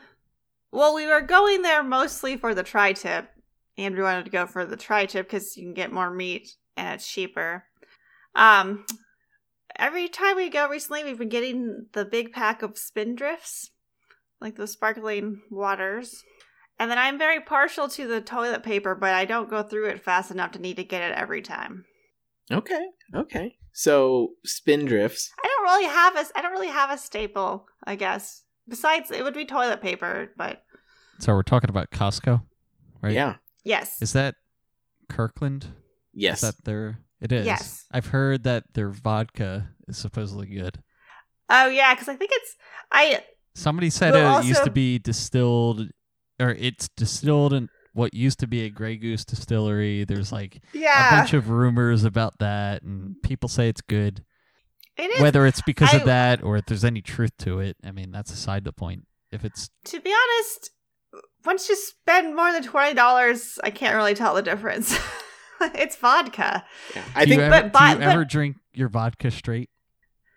B: well, we were going there mostly for the tri tip. Andrew wanted to go for the tri tip because you can get more meat and it's cheaper. Um, every time we go recently, we've been getting the big pack of spindrifts, like those sparkling waters. And then I'm very partial to the toilet paper, but I don't go through it fast enough to need to get it every time.
C: Okay, okay. So spindrifts.
B: I don't really have a I don't really have a staple, I guess. Besides, it would be toilet paper, but
A: So we're talking about Costco, right?
C: Yeah.
B: yes,
A: Is that Kirkland?
C: Yes.
A: Is that their? It is.
B: Yes.
A: I've heard that their vodka is supposedly good.
B: Oh yeah, because I think it's I
A: Somebody said
B: Well,
A: it used
B: also-
A: to be distilled, or it's distilled in what used to be a Grey Goose distillery. There's like a
B: yeah
A: bunch of rumors about that, and people say it's good.
B: it is.
A: Whether it's because
B: I-
A: of that or if there's any truth to it, I mean, that's aside the point. If it's
B: to be honest, once you spend more than twenty dollars, I can't really tell the difference. it's vodka.
C: Yeah. I
A: do
C: think.
A: you ever,
B: but- but-
A: do you ever drink your vodka straight?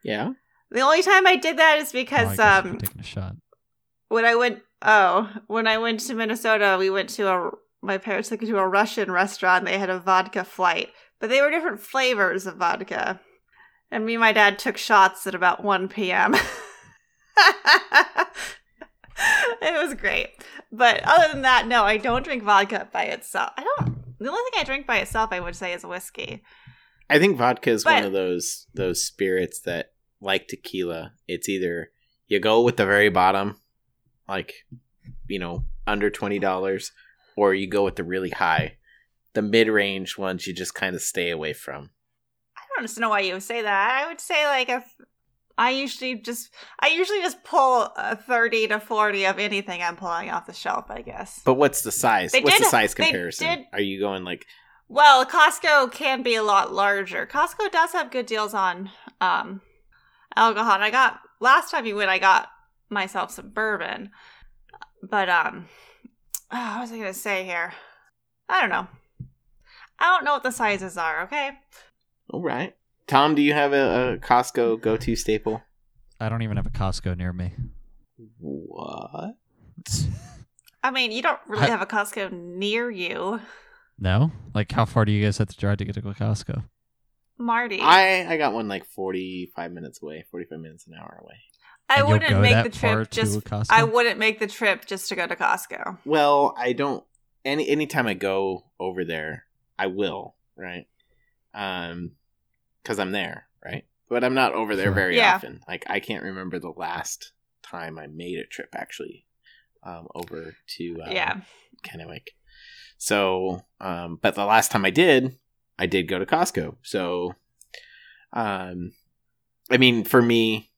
C: yeah.
B: The only time I did that is
A: Oh, I
B: because
A: guess if you're
B: um
A: taking a shot.
B: when I went oh when I went to Minnesota, we went to a my parents took me to a Russian restaurant. They had a vodka flight, but they were different flavors of vodka. And me and my dad took shots at about 1 p.m. it was great. But other than that, no, I don't drink vodka by itself. I don't. The only thing I drink by itself, I would say, is whiskey.
C: I think vodka is one
B: But-
C: of those those spirits that, like tequila, it's either you go with the very bottom, like you know under twenty dollars, or you go with the really high. The mid range ones you just kind of stay away from.
B: I don't just know why you would say that. I would say like if I usually just I usually just pull a thirty to forty of anything I'm pulling off the shelf. I guess.
C: But what's the size?
B: They
C: what's the
B: did-
C: size
B: they
C: comparison?
B: did-
C: Are you going like
B: Well, Costco can be a lot larger. Costco does have good deals on um, alcohol. And I got last time you went, I got myself some bourbon. But um, what was I gonna say here? I don't know. I don't know what the sizes are. Okay.
C: all right? Tom, do you have a, a Costco go to staple?
A: I don't even have a Costco near me.
C: What?
B: I mean, you don't really
A: I-
B: have a Costco near you,
A: No? Like, how far do you guys have to drive to get to Costco?
B: Marty.
C: I I got one like forty five minutes away, forty five minutes an hour away.
A: And
B: I
A: you'll
B: wouldn't
A: go
B: make
A: that
B: the
A: far
B: trip just.
A: to Costco?
B: I wouldn't make the trip just to go to Costco.
C: Well, I don't any anytime I go over there, I will, right? Um cuz I'm there, right? But I'm not over there
A: Sure.
C: very
B: Yeah.
C: often. Like I can't remember the last time I made a trip actually um over to uh
B: yeah,
C: Kennewick. So, um but the last time I did, I did go to Costco. So um I mean, for me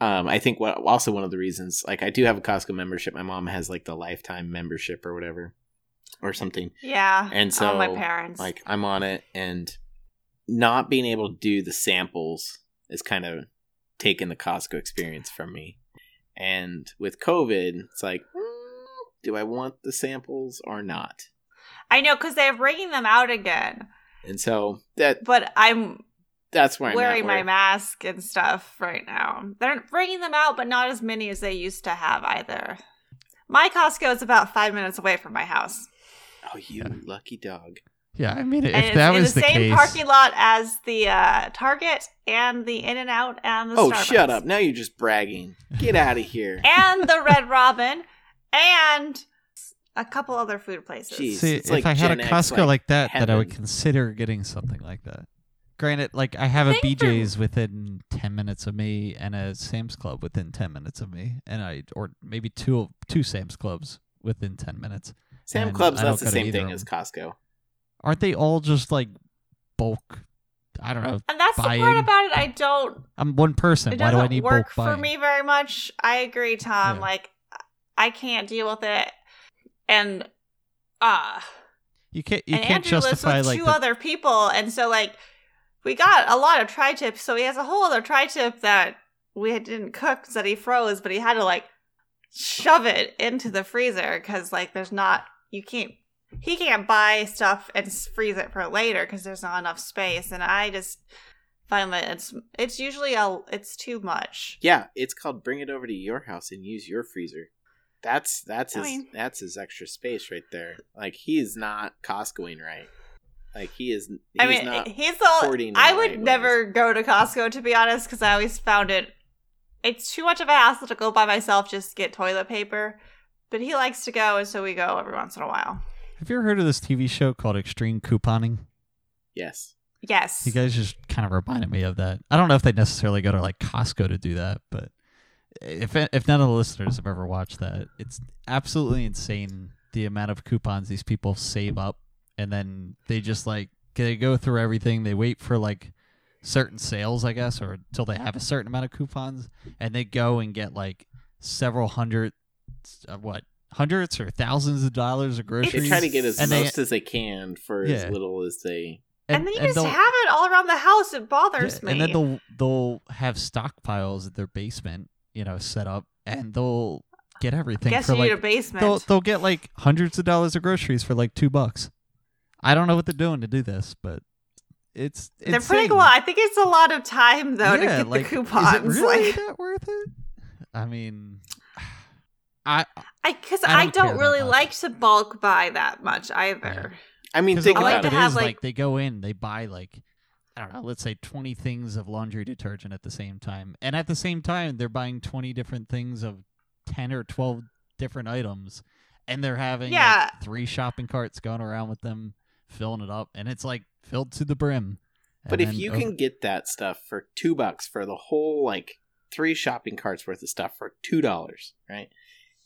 C: um, I think what also one of the reasons, like I do have a Costco membership. My mom has like the lifetime membership or whatever, or something.
B: yeah.
C: And
B: All my
C: so,
B: parents.
C: Like I'm on it, and not being able to do the samples is kind of taking the Costco experience from me. And with COVID, it's like, mm, do I want the samples or not?
B: I know because they're bringing them out again,
C: And so that
B: but I'm
C: that's where I'm at,
B: wearing my
C: where-
B: mask and stuff right now. They're bringing them out, but not as many as they used to have either. My Costco is about five minutes away from my house.
C: Oh, you
A: Yeah.
C: lucky dog!
A: Yeah, I mean,
B: and
A: if
B: it's
A: that
B: in
A: was
B: the,
A: the,
B: same
A: case,
B: parking lot as the uh, Target and the In and Out and the
C: Oh,
B: Starbucks.
C: shut up! Now you're just bragging. Get out of here.
B: And the Red Robin and a couple other food places.
C: Jeez.
A: see,
C: it's
A: if
C: like
A: I had a
C: Gen X,
A: Costco
C: like,
A: like, that, that I would
C: heaven.
A: consider getting something like that. Granted, like I have a
B: Thing for-
A: BJ's within ten minutes of me and a Sam's Club within ten minutes of me, and I or maybe two of- two Sam's Clubs within ten minutes.
C: Sam
A: And
C: Club's
A: I don't
C: that's the
A: go to
C: same
A: either
C: thing
A: of
C: as
A: them.
C: Costco.
A: Aren't they all just like bulk? I don't know.
B: And that's the part
A: Buying.
B: about it I don't
A: I'm one person.
B: it
A: Why
B: doesn't
A: do I need bulk
B: work for
A: buying?
B: me very much. I agree, Tom.
A: Yeah.
B: Like I can't deal with it. And uh
A: You can't. You
B: and
A: can't
B: Andrew
A: justify
B: lives with
A: like
B: two
A: the-
B: other people, and so like we got a lot of tri tips. So he has a whole other tri tip that we didn't cook 'cause that he froze, but he had to like shove it into the freezer because like there's not you can't he can't buy stuff and s- freeze it for later because there's not enough space. And I just find that it's it's usually a it's too much.
C: Yeah, it's called bring it over to your house and use your freezer. That's that's
B: I
C: his
B: mean-
C: that's his extra space right there. Like he is not Costcoing right. Like he is. He's
B: I mean, eh,
C: not,
B: he's the.
C: hoarding
B: I
C: the
B: would
C: right
B: never go to Costco to be honest, because I always found it. It's too much of a hassle to go by myself just to get toilet paper, but he likes to go, and so we go every once in a while.
A: Have you ever heard of this TV show called Extreme Couponing?
C: yes.
B: Yes,
A: You guys just kind of reminded me of that. I don't know if they necessarily go to like Costco to do that, but if if none of the listeners have ever watched that, it's absolutely insane the amount of coupons these people save up, and then they just like they go through everything. They wait for like certain sales, I guess, or until they have a certain amount of coupons, and they go and get like several hundred, uh, what hundreds or thousands of dollars of
B: It's-
A: groceries.
C: They try to get as
A: And they-
C: most as they can for
A: Yeah.
C: as little as they.
B: and, then you just
A: they'll-
B: have it all around the house. It
A: Yeah,
B: bothers me.
A: And then they'll they'll have stockpiles at their basement, you know, set up, and they'll get everything
B: Guess
A: for
B: you need
A: like
B: a basement.
A: they'll they'll get like hundreds of dollars of groceries for like two bucks. I don't know what they're doing to do this, but it's
B: They're putting
A: insane.
B: a lot. I think it's a lot of time though to
A: Yeah,
B: get
A: like,
B: the coupons.
A: Is it really
B: Like
A: that worth it? I mean, I
B: I, because
A: I
B: I
A: don't
B: don't,
A: care that
B: really
A: much.
B: like to bulk buy that much either.
C: I mean,
A: 'cause
C: think
A: a lot
B: like
C: about
A: of
B: to
A: it
C: it.
B: have,
A: is,
B: like-
A: they go in, they buy like. I don't know, let's say 20 things of laundry detergent at the same time. And at the same time, they're buying 20 different things of 10 or 12 different items. And they're having like,
B: Yeah.
A: three shopping carts going around with them, filling it up. And it's like filled to the brim. And
C: But if
A: then oh,
C: you
A: over-
C: can get that stuff for two bucks for the whole like three shopping carts worth of stuff for two dollars, right?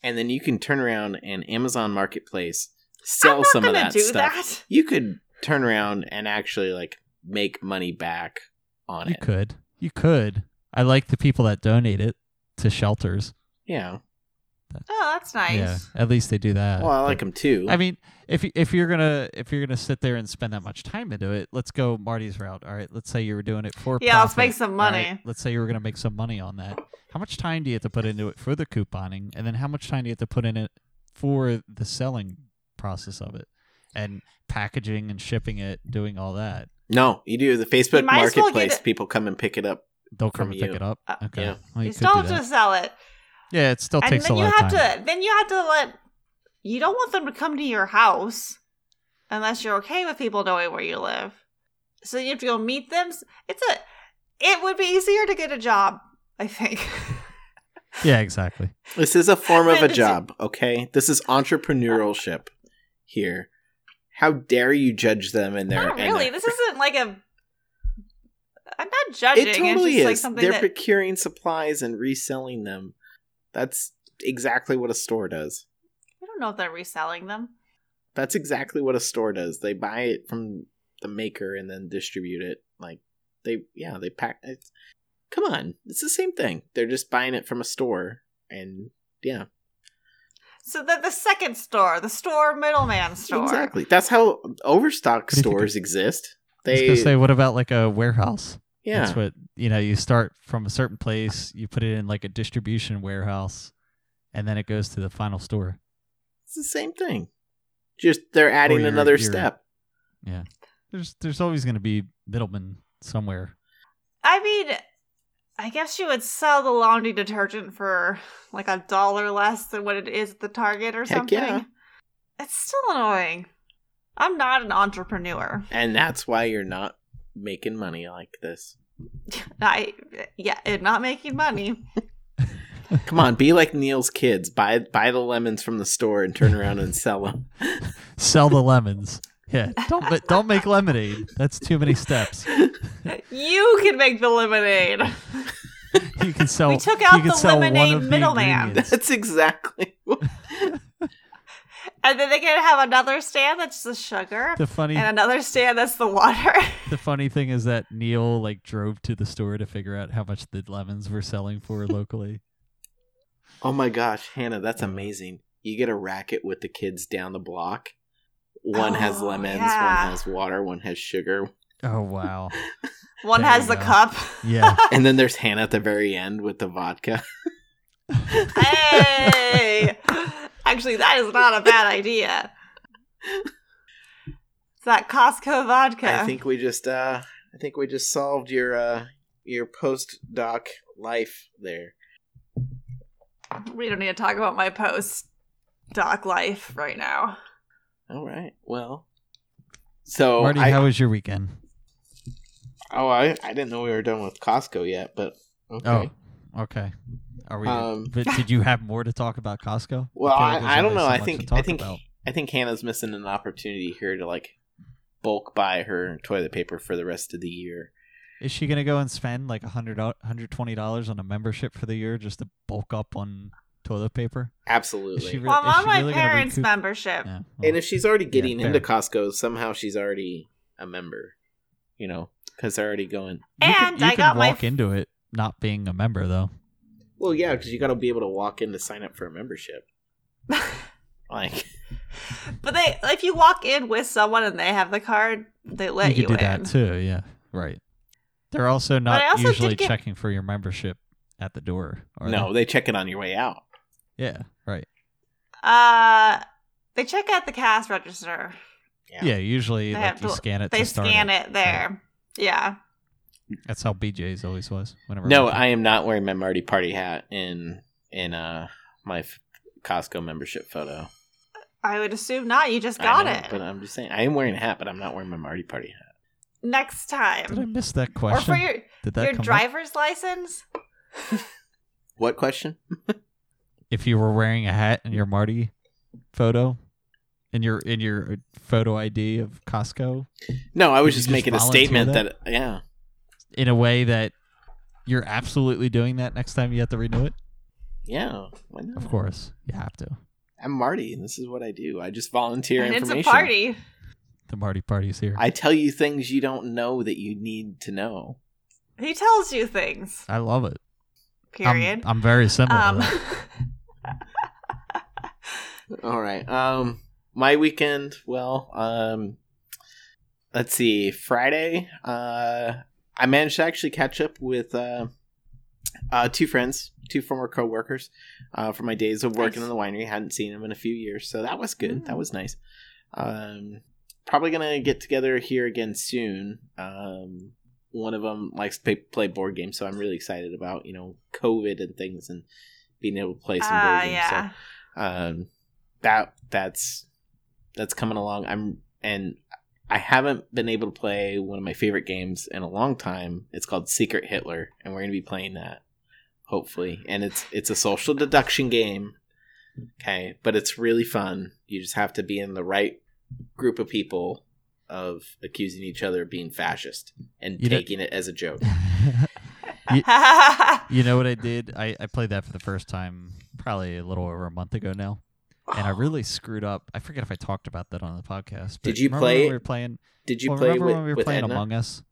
C: And then you can turn around and Amazon Marketplace
B: I'm
C: sell
B: not
C: some of
B: gonna
C: that
B: do
C: stuff.
B: that.
C: You could turn around and actually like make money back on
A: you
C: it.
A: could. You could. I like the people that donate it to shelters.
C: Yeah.
B: Oh, that's nice.
A: Yeah. At least they do that.
C: Well, I
A: But-
C: like them too.
A: I mean, if y- if you're gonna if you're gonna sit there and spend that much time into it, let's go Marty's route. All right, let's say you were doing it for
B: Yeah, let's
A: profit,
B: make some
A: all right?
B: money.
A: Let's say you were gonna make some money on that. How much time do you have to put into it for the couponing, and then how much time do you have to put in it for the selling process of it, and packaging and shipping it, doing all that?
C: no, you do the Facebook
B: You might as well
C: Marketplace.
B: get it-
C: People come and pick it up.
A: They'll come
C: From
A: and pick
C: you.
A: it up.
B: Uh,
A: okay,
C: yeah.
A: Well,
B: you
A: could
B: still
A: do
B: have
A: that.
B: to sell it.
A: yeah, it still
B: and
A: takes
B: then
A: a
B: you
A: lot
B: have
A: of time.
B: to then you have to let you don't want them to come to your house unless you're okay with people knowing where you live so you have to go meet them it's a it would be easier to get a job i think
A: Yeah, exactly.
C: This is a form of
B: When
C: a
B: does it-
C: job, okay? This is entrepreneurship here. How dare you judge them and their
B: Not
C: and
B: really.
C: their-
B: This isn't like a. I'm not judging.
C: It
B: it's
C: totally
B: just like
C: is.
B: something
C: They're
B: that
C: procuring supplies and reselling them. That's exactly what a store does.
B: I don't know if they're reselling them.
C: That's exactly what a store does. They buy it from the maker and then distribute it. Like they, yeah, they pack. It's, come on, it's the same thing. They're just buying it from a store, and yeah,
B: So the the second store, the store middleman store.
C: exactly. That's how overstock
A: do you think
C: stores exist.
A: I was gonna
C: They,
A: say, what about like a warehouse?
C: yeah,
A: That's what you know. You start from a certain place, you put it in like a distribution warehouse, and then it goes to the final store.
C: it's the same thing. Just they're adding
A: your-
C: another
A: your-
C: step.
A: There's there's always gonna be middlemen somewhere.
B: I mean, I guess you would sell the laundry detergent for like a dollar less than what it is at the Target or
C: Heck
B: something.
C: yeah.
B: It's still annoying. I'm not an entrepreneur.
C: And that's why you're not making money like this.
B: I yeah, and not making money.
C: Come on, be like Neil's kids. Buy buy the lemons from the store and turn around and sell them.
A: Sell the lemons. Yeah, don't ma- don't make lemonade. That's too many steps.
B: You can make the lemonade.
A: You can sell.
B: We took
A: you
B: out
A: can
B: the
A: sell
B: lemonade
A: one of the
B: middleman.
A: ingredients.
C: That's exactly. What,
B: And then they can have another stand that's the sugar.
A: The funny
B: and another stand that's the water.
A: the funny thing is that Neil like drove to the store to figure out how much the lemons were selling for locally.
C: oh my gosh, Hannah, that's amazing. You get a racket with the kids down the block. One has
B: Oh,
C: lemons,
B: yeah.
C: one has water, one has sugar,
A: Oh wow.
B: One
A: There
B: has
A: you
B: the
A: go.
B: cup.
A: Yeah.
C: and then there's Hannah at the very end with the vodka.
B: Hey! Actually, that is not a bad idea. It's that Costco vodka.
C: I think we just, uh, I think we just solved your uh, your postdoc life there.
B: we don't need to talk about my post doc life right now.
C: All right. Well, so
A: Marty,
C: Oh, I,
A: how was your weekend?
C: oh, I, I didn't know we were done with Costco yet, but okay.
A: Oh, okay. Are we?
C: Um,
A: but did you have more to talk about Costco?
C: Well,
A: feel
C: I,
A: like there's
C: I, don't
A: only
C: know.
A: so
C: I
A: much to
C: think
A: talk
C: I think
A: about.
C: I think Hannah's missing an opportunity here to like bulk buy her toilet paper for the rest of the year.
A: is she gonna go and spend like a hundred hundred twenty dollars on a membership for the year just to bulk up on toilet paper?
C: Absolutely.
A: Is she Re-
B: Well, I'm
A: is
B: on
A: she
B: my
A: really gonna
B: parents'
A: recoup-
B: membership.
A: Yeah. well,
C: and if she's already getting
A: fair.
C: into Costco, somehow she's already a member. You know, because they're already going.
A: you can,
B: And
A: you
B: I
A: can
B: got my
A: walk
B: f-
A: into it not being a member though.
C: Well, yeah, because you got to be able to walk in to sign up for a membership. like,
B: But they, if you walk in with someone and they have the card, they let
A: you
B: you,
A: could do
B: in.
A: that too. Yeah, right. They're also
B: I
A: not
B: also did
A: usually
B: get-
A: checking for your membership at the door. Are
C: no, they check it on your way out.
A: they? Yeah. Right.
B: Uh, they check out the cash register.
C: Yeah.
A: Yeah. usually
B: They
A: like,
B: have
A: you
B: to-
A: scan it.
B: They
A: to start
B: scan
A: it.
B: it, there. Yeah.
A: That's how BJ's always was. Whenever
C: No,
A: went
C: I am not wearing my Marty party hat in in uh my f- Costco membership photo.
B: I would assume not. You just
C: I
B: got
C: know,
B: it.
C: But I'm just saying, I am wearing a hat, but I'm not wearing my Marty Party hat.
B: Next
A: there. did I
B: time.
A: miss that
B: Or
A: question?
B: for your
A: did that
B: your
A: come up?
B: driver's license?
C: What question?
A: If you were wearing a hat in your Marty photo, in your in your uh, photo ID of Costco,
C: No, I was
A: Did
C: just,
A: you just
C: making a
A: volunteer
C: statement that?
A: that?
C: yeah,
A: in a way that you're absolutely doing that next time you have to renew it.
C: yeah. Why not?
A: Of
B: Mm-hmm.
A: course, you have to.
C: I'm Marty, and this is what I do. I just volunteer
B: and it's
C: information.
B: a party.
A: The Marty party's here. I,
C: I tell you things you don't know that you need to know.
B: He tells you things.
A: love it. I'm-
B: Period.
A: I'm, very similar. to
B: Um,
A: that.
C: All right. Um, my weekend. Well, um, let's see. Friday, uh, I managed to actually catch up with uh, uh, two friends, two former coworkers, uh, from my days of working
B: Nice.
C: in the winery. Hadn't seen them in a few years, so that was good.
B: Mm.
C: That was nice. Um, probably gonna get together here again soon. Um, one of them likes to play, play board games, so I'm really excited about you know COVID and things and being able to play some board
B: Ah,
C: games. So,
B: yeah.
C: um that that's that's coming along i'm and i haven't been able to play one of my favorite games in a long time it's called secret hitler and we're going to be playing that hopefully. And it's it's a social deduction game. Okay, but it's really fun. You just have to be in the right group of people of accusing each other of being fascist and
A: You don't-
C: taking it as a joke.
A: you know what I did? I, I played that for the first time probably a little over a month ago now. And I really screwed up. I forget if I talked about that on the podcast. but
C: Did you
A: remember
C: play
A: when
C: it
A: we were playing
C: Did you
A: well,
C: play
A: remember
C: with,
A: when we were
C: with
A: playing
C: Edna?
A: Among Us?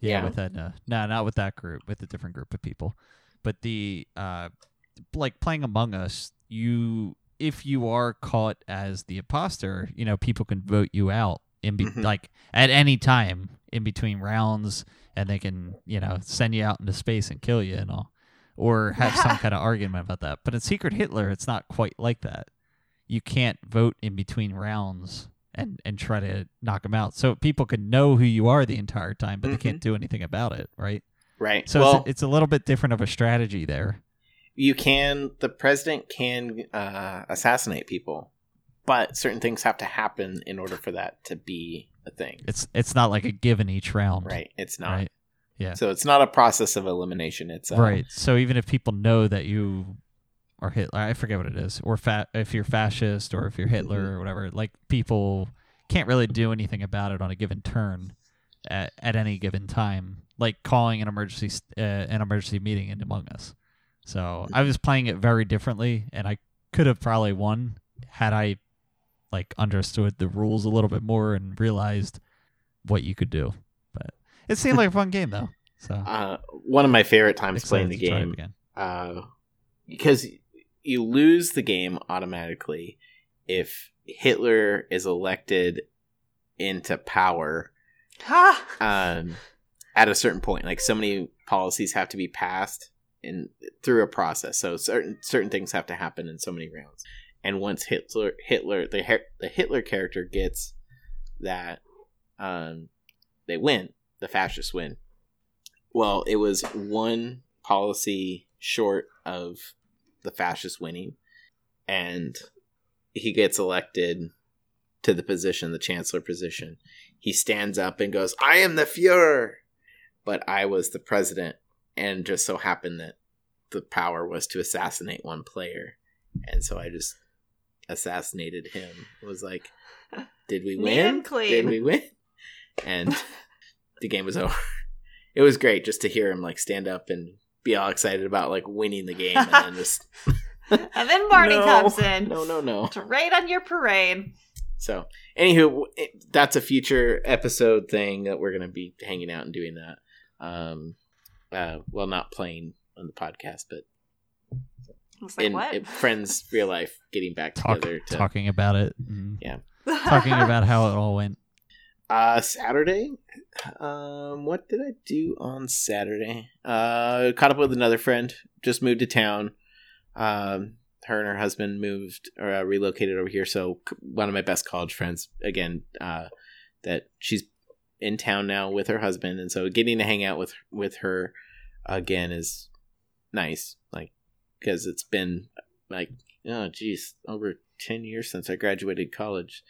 C: Yeah.
A: with Edna. No, not with that group, with a different group of people. But the uh like playing Among Us, you if you are caught as the imposter, you know, people can vote you out in be-
C: Mhm.
A: like at any time in between rounds and they can, you know, send you out into space and kill you and all. Or have some kind of argument about that. But in Secret Hitler it's not quite like that. You can't vote in between rounds and and try to knock them out so people can know who you are the entire time but
C: Mhm.
A: they can't do anything about it right
C: Right.
A: so
C: well,
A: it's, it's a little bit different of a strategy there
C: you can the president can uh, assassinate people, but certain things have to happen in order for that to be a thing.
A: it's it's not like a given each round
C: Right. It's not.
A: right yeah
C: So it's not a process of elimination. It's uh,
A: right so even if people know that you are hitler i forget what it is or fa- if you're fascist or if
C: Mm-hmm.
A: you're hitler or whatever like people can't really do anything about it on a given turn at, at any given time like calling an emergency s- uh, an emergency meeting in among us so
C: Mm-hmm.
A: i was playing it very differently and i could have probably won had i like understood the rules a little bit more and realized what you could do but it seemed like a fun game though so
C: Uh, one of my favorite times
A: excited
C: playing the
A: to try it
C: game
A: again.
C: uh, because you lose the game automatically if Hitler is elected into power
B: Ha.
C: um, at a certain point. Like so many policies have to be passed in through a process. So certain certain things have to happen in so many rounds. And once Hitler Hitler the Her- the Hitler character gets that, um, they win. The fascists win. Well, it was one policy short of the fascists winning, and he gets elected to the position, the chancellor position he stands up and goes, I am the Fuhrer. But I was the president, and just so happened that the power was to assassinate one player. And so I just assassinated him. It was like, did we
B: Neat
C: win?
B: and clean.
C: Did we win? And the game was over. It was great just to hear him like stand up and be all excited about like winning the game and then just
B: and then Barney
C: No.
B: comes in
C: no no no.
B: to raid on your parade.
C: So, anywho, w- it- that's a future episode thing that we're going to be hanging out and doing that. Um, uh, well, not playing on the podcast, but
B: I was like,
C: in,
B: what?
C: in friends, real life, getting back
A: Talk,
C: together. To, Mm-hmm.
A: talking about it, and talking
B: Talking
A: about how it all went.
C: Uh, Saturday. Um, what did I do on Saturday? Uh, caught up with another friend. Just moved to town. Um, her and her husband moved or uh, relocated over here. So c- one of my best college friends again. Uh, that she's in town now with her husband, and so getting to hang out with with her again is nice. Like because it's been like oh geez over ten years since I graduated college.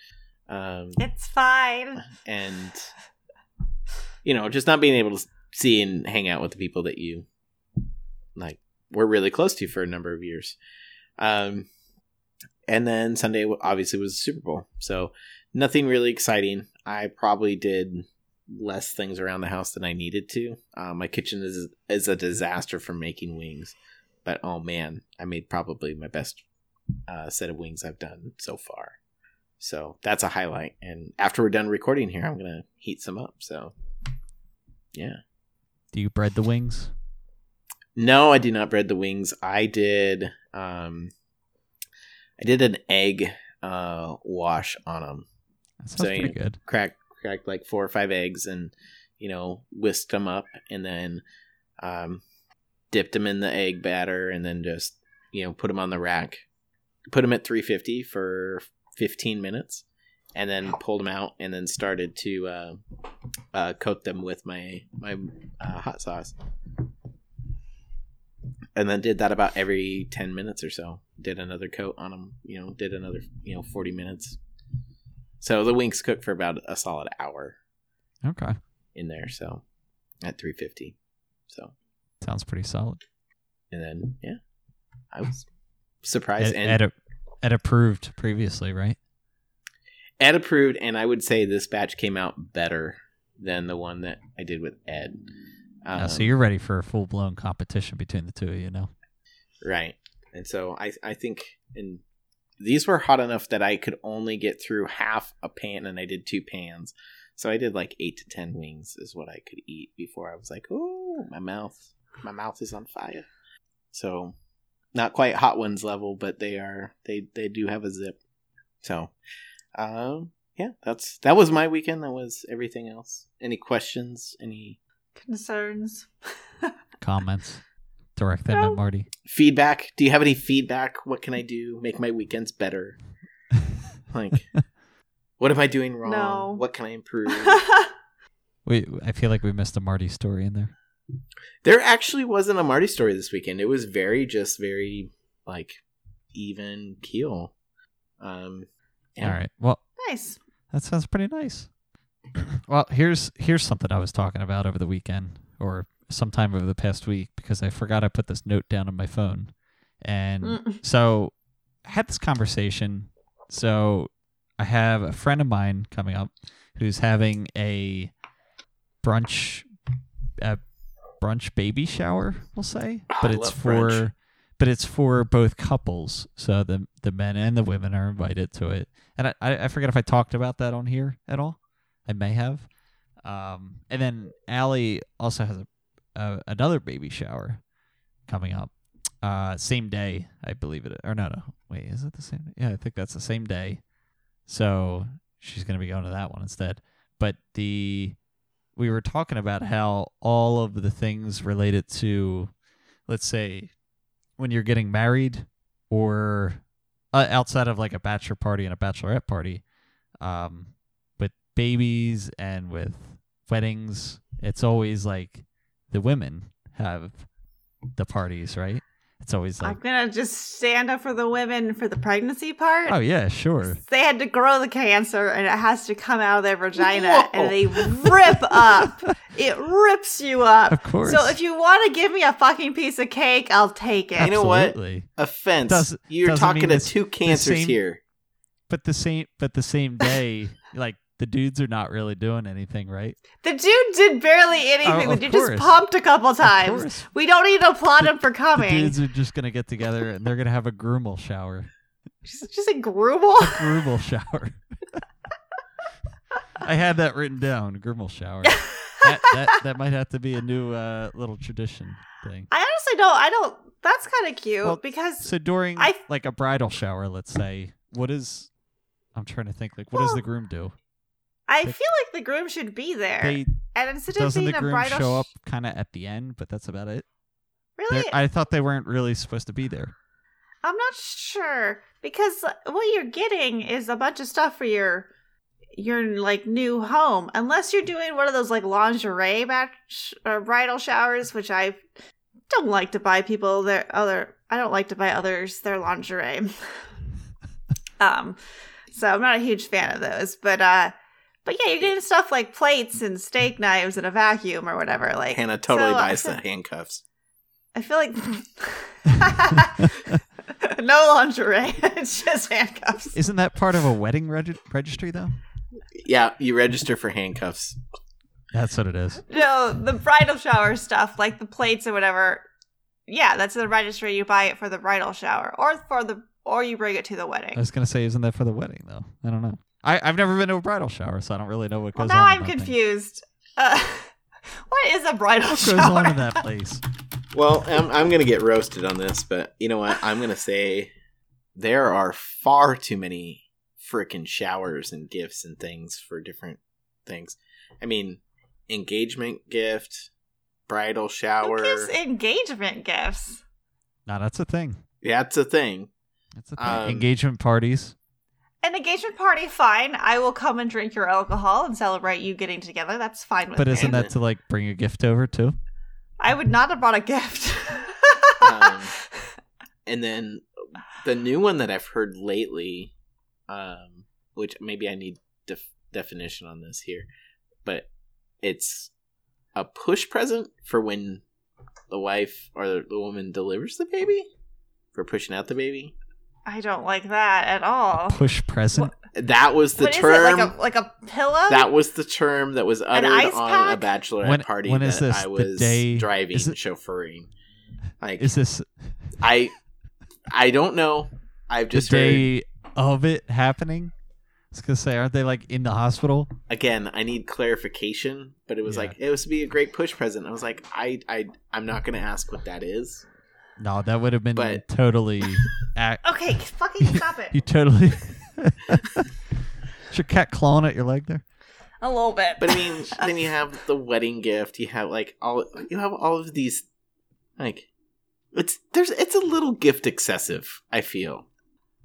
C: Um,
B: It's fine.
C: and you know just not being able to see and hang out with the people that you like were really close to for a number of years um and then sunday w- obviously was super bowl so nothing really exciting i probably did less things around the house than i needed to uh, my kitchen is is a disaster for making wings but oh man i made probably my best uh, set of wings i've done so far so that's a highlight. And after we're done recording here, I'm gonna heat some up. So
A: Do you bread the wings?
C: no, I did not bread the wings. I did um I did an egg uh wash on them.
A: That sounds
C: So, you
A: pretty good.
C: Cracked cracked like four or five eggs and you know whisked them up and then um dipped them in the egg batter and then just you know put them on the rack. Put them at 350 for 15 minutes and then pulled them out and then started to uh, uh, coat them with my my uh, hot sauce and then did that about every 10 minutes or so did another coat on them you know did another you know 40 minutes so the wings cooked for about a solid hour
A: Okay,
C: in there so at 350 so
A: sounds pretty solid.
C: And then yeah, I was surprised.
A: Ed,
C: and
A: Ed, Ed approved previously, right?
C: Ed approved, and I would say this batch came out better than the one that I did with Ed.
A: Yeah, Uh, so
C: Um,
A: you're ready for a full blown competition between the two of you now.
C: right, and so I I think and these were hot enough that I could only get through half a pan, and I did two pans, so I did like eight to ten wings is what I could eat before I was like, oh, my mouth, my mouth is on fire. So, not quite hot ones level, but they are they they do have a zip. So, um, yeah, that's that was my weekend. That was everything else. Any questions? Any
B: Concerns.
A: Comments. Direct them
B: No.
A: at Marty.
C: feedback do you have any feedback what can i do make my weekends better like what am i doing wrong
B: No.
C: what can i improve
A: we I feel like we missed a Marty story in there.
C: there actually wasn't a marty story this weekend it was very just very like even keel um yeah.
A: All right. Well,
B: nice.
A: That sounds pretty nice. well, here's here's something I was talking about over the weekend or sometime over the past week because I forgot I put this note down on my phone. And
B: Mm.
A: so I had this conversation. So I have a friend of mine coming up who's having a brunch a brunch baby shower, we'll say.
C: Ah, I
A: But it's
C: love
A: for
C: brunch.
A: but it's for both couples. So the the men and the women are invited to it. And I, I, I forget if I talked about that on here at all. I may have. Um, and then Allie also has a, a another baby shower coming up. Uh, same day, I believe it. Or no, no. Wait, is it the same? day? Yeah, I think that's the same day. So she's gonna be going to that one instead. But the we were talking about how all of the things related to, let's say, when you're getting married, or uh, outside of like a bachelor party and a bachelorette party, um, with babies and with weddings, it's always like the women have the parties, right? It's always
B: I'm
A: like,
B: gonna just stand up for the women for the pregnancy part.
A: oh yeah, sure.
B: They had to grow the cancer and it has to come out of their vagina
C: Whoa.
B: and they rip up. It rips you up.
A: Of course.
B: So if you want to give me a fucking piece of cake, I'll take it.
C: You know what?
A: Absolutely.
C: offense
A: Does-
C: you're
A: doesn't
C: talking
A: mean
C: to
A: it's
C: two cancers
A: same-
C: here
A: But the same but the same day, like the dudes are not really doing anything, right?
B: The dude did barely
A: Oh,
B: anything. the
A: of
B: dude
A: course.
B: just pumped a couple
A: Of
B: times.
A: course.
B: We don't need to applaud him for
A: The
B: coming.
A: dudes are just gonna get together and they're gonna have a groomal shower.
B: Just, just a grumble.
A: Groomal shower. I had that written down. Groomal shower. That, that that might have to be a new uh, little tradition thing.
B: I honestly don't. I don't. That's kind of cute
A: Well,
B: because
A: So during
B: I-
A: like a bridal shower, let's say, what is? I'm trying to think. Like, what does
B: Well,
A: the groom do?
B: I
A: they-
B: feel like the groom should be there.
A: They
B: and instead of
A: doesn't
B: being
A: the
B: a
A: groom
B: bridal,
A: show up
B: sh-
A: kind of at the end, but that's about it. They're-
B: really, I,
A: I thought they weren't really supposed to be there.
B: am not sure because uh, what you're getting is a bunch of stuff for your your like new home, unless you're doing one of those like lingerie batch or bridal showers, which I don't like to buy people their other. I don't like to buy others their lingerie. um, so I'm not a huge fan of those, but uh. But yeah, you're getting stuff like plates and steak knives and a vacuum or whatever. Like
C: hannah totally
B: so-
C: buys the handcuffs
B: I feel like no lingerie, it's just handcuffs.
A: Isn't that part of a wedding reg- registry though?
C: yeah you register for handcuffs
A: That's what it is.
B: No, the bridal shower stuff, like the plates or whatever. Yeah, that's the registry. You buy it for the bridal shower, or for the, or you bring it to the wedding.
A: I was gonna say, isn't that for the wedding though? I don't know. I, I've never been to a bridal shower, so I don't really know what
B: well,
A: goes
B: now
A: on. in
B: I'm
A: that thing.
B: confused. Uh, what is a bridal
A: What goes on
B: shower?
A: in that place?
C: Well, I'm, I'm going to get roasted on this, but you know what? I'm going to say there are far too many freaking showers and gifts and things for different things. I mean, engagement gift, bridal
B: Who
C: shower.
B: gives engagement gifts?
A: No, that's a thing.
C: That's a thing.
A: That's a thing.
C: Um,
A: Engagement parties.
B: An engagement party, fine. I will come and drink your alcohol and celebrate you getting together. That's fine with
A: But
B: me.
A: isn't that to like bring a gift over too?
B: I would not have brought a gift.
C: Um, and then the new one that I've heard lately, um, which maybe I need def- definition on this here, but it's a push present for when the wife or the, the woman delivers the baby for pushing out the baby.
B: I don't like that at all.
A: Push present.
C: That was the
B: What is
C: term.
B: it? Like a like a pillow?
C: that was the term that was uttered
B: ice
C: on
B: pack?
C: a bachelorette
A: When-
C: party
A: when
C: that
A: is this?
C: I
A: The
C: was
A: day-
C: driving,
A: is it-
C: chauffeuring. Like
A: Is this
C: I, I don't know. I've just
A: the
C: heard
A: day of it happening? I was gonna say, aren't they like in the hospital?
C: again. I need clarification, but it was
A: Yeah.
C: like it was to be a great push present. I was like, I, I, I'm not gonna ask what that is.
A: No, that would have been
C: But-
A: totally. ac-
B: Okay, fucking stop it.
A: You totally. Is your cat clawing at your leg there?
B: A little bit.
C: But I mean, then you have the wedding gift. You have like all you have all of these like it's there's it's a little gift excessive. I feel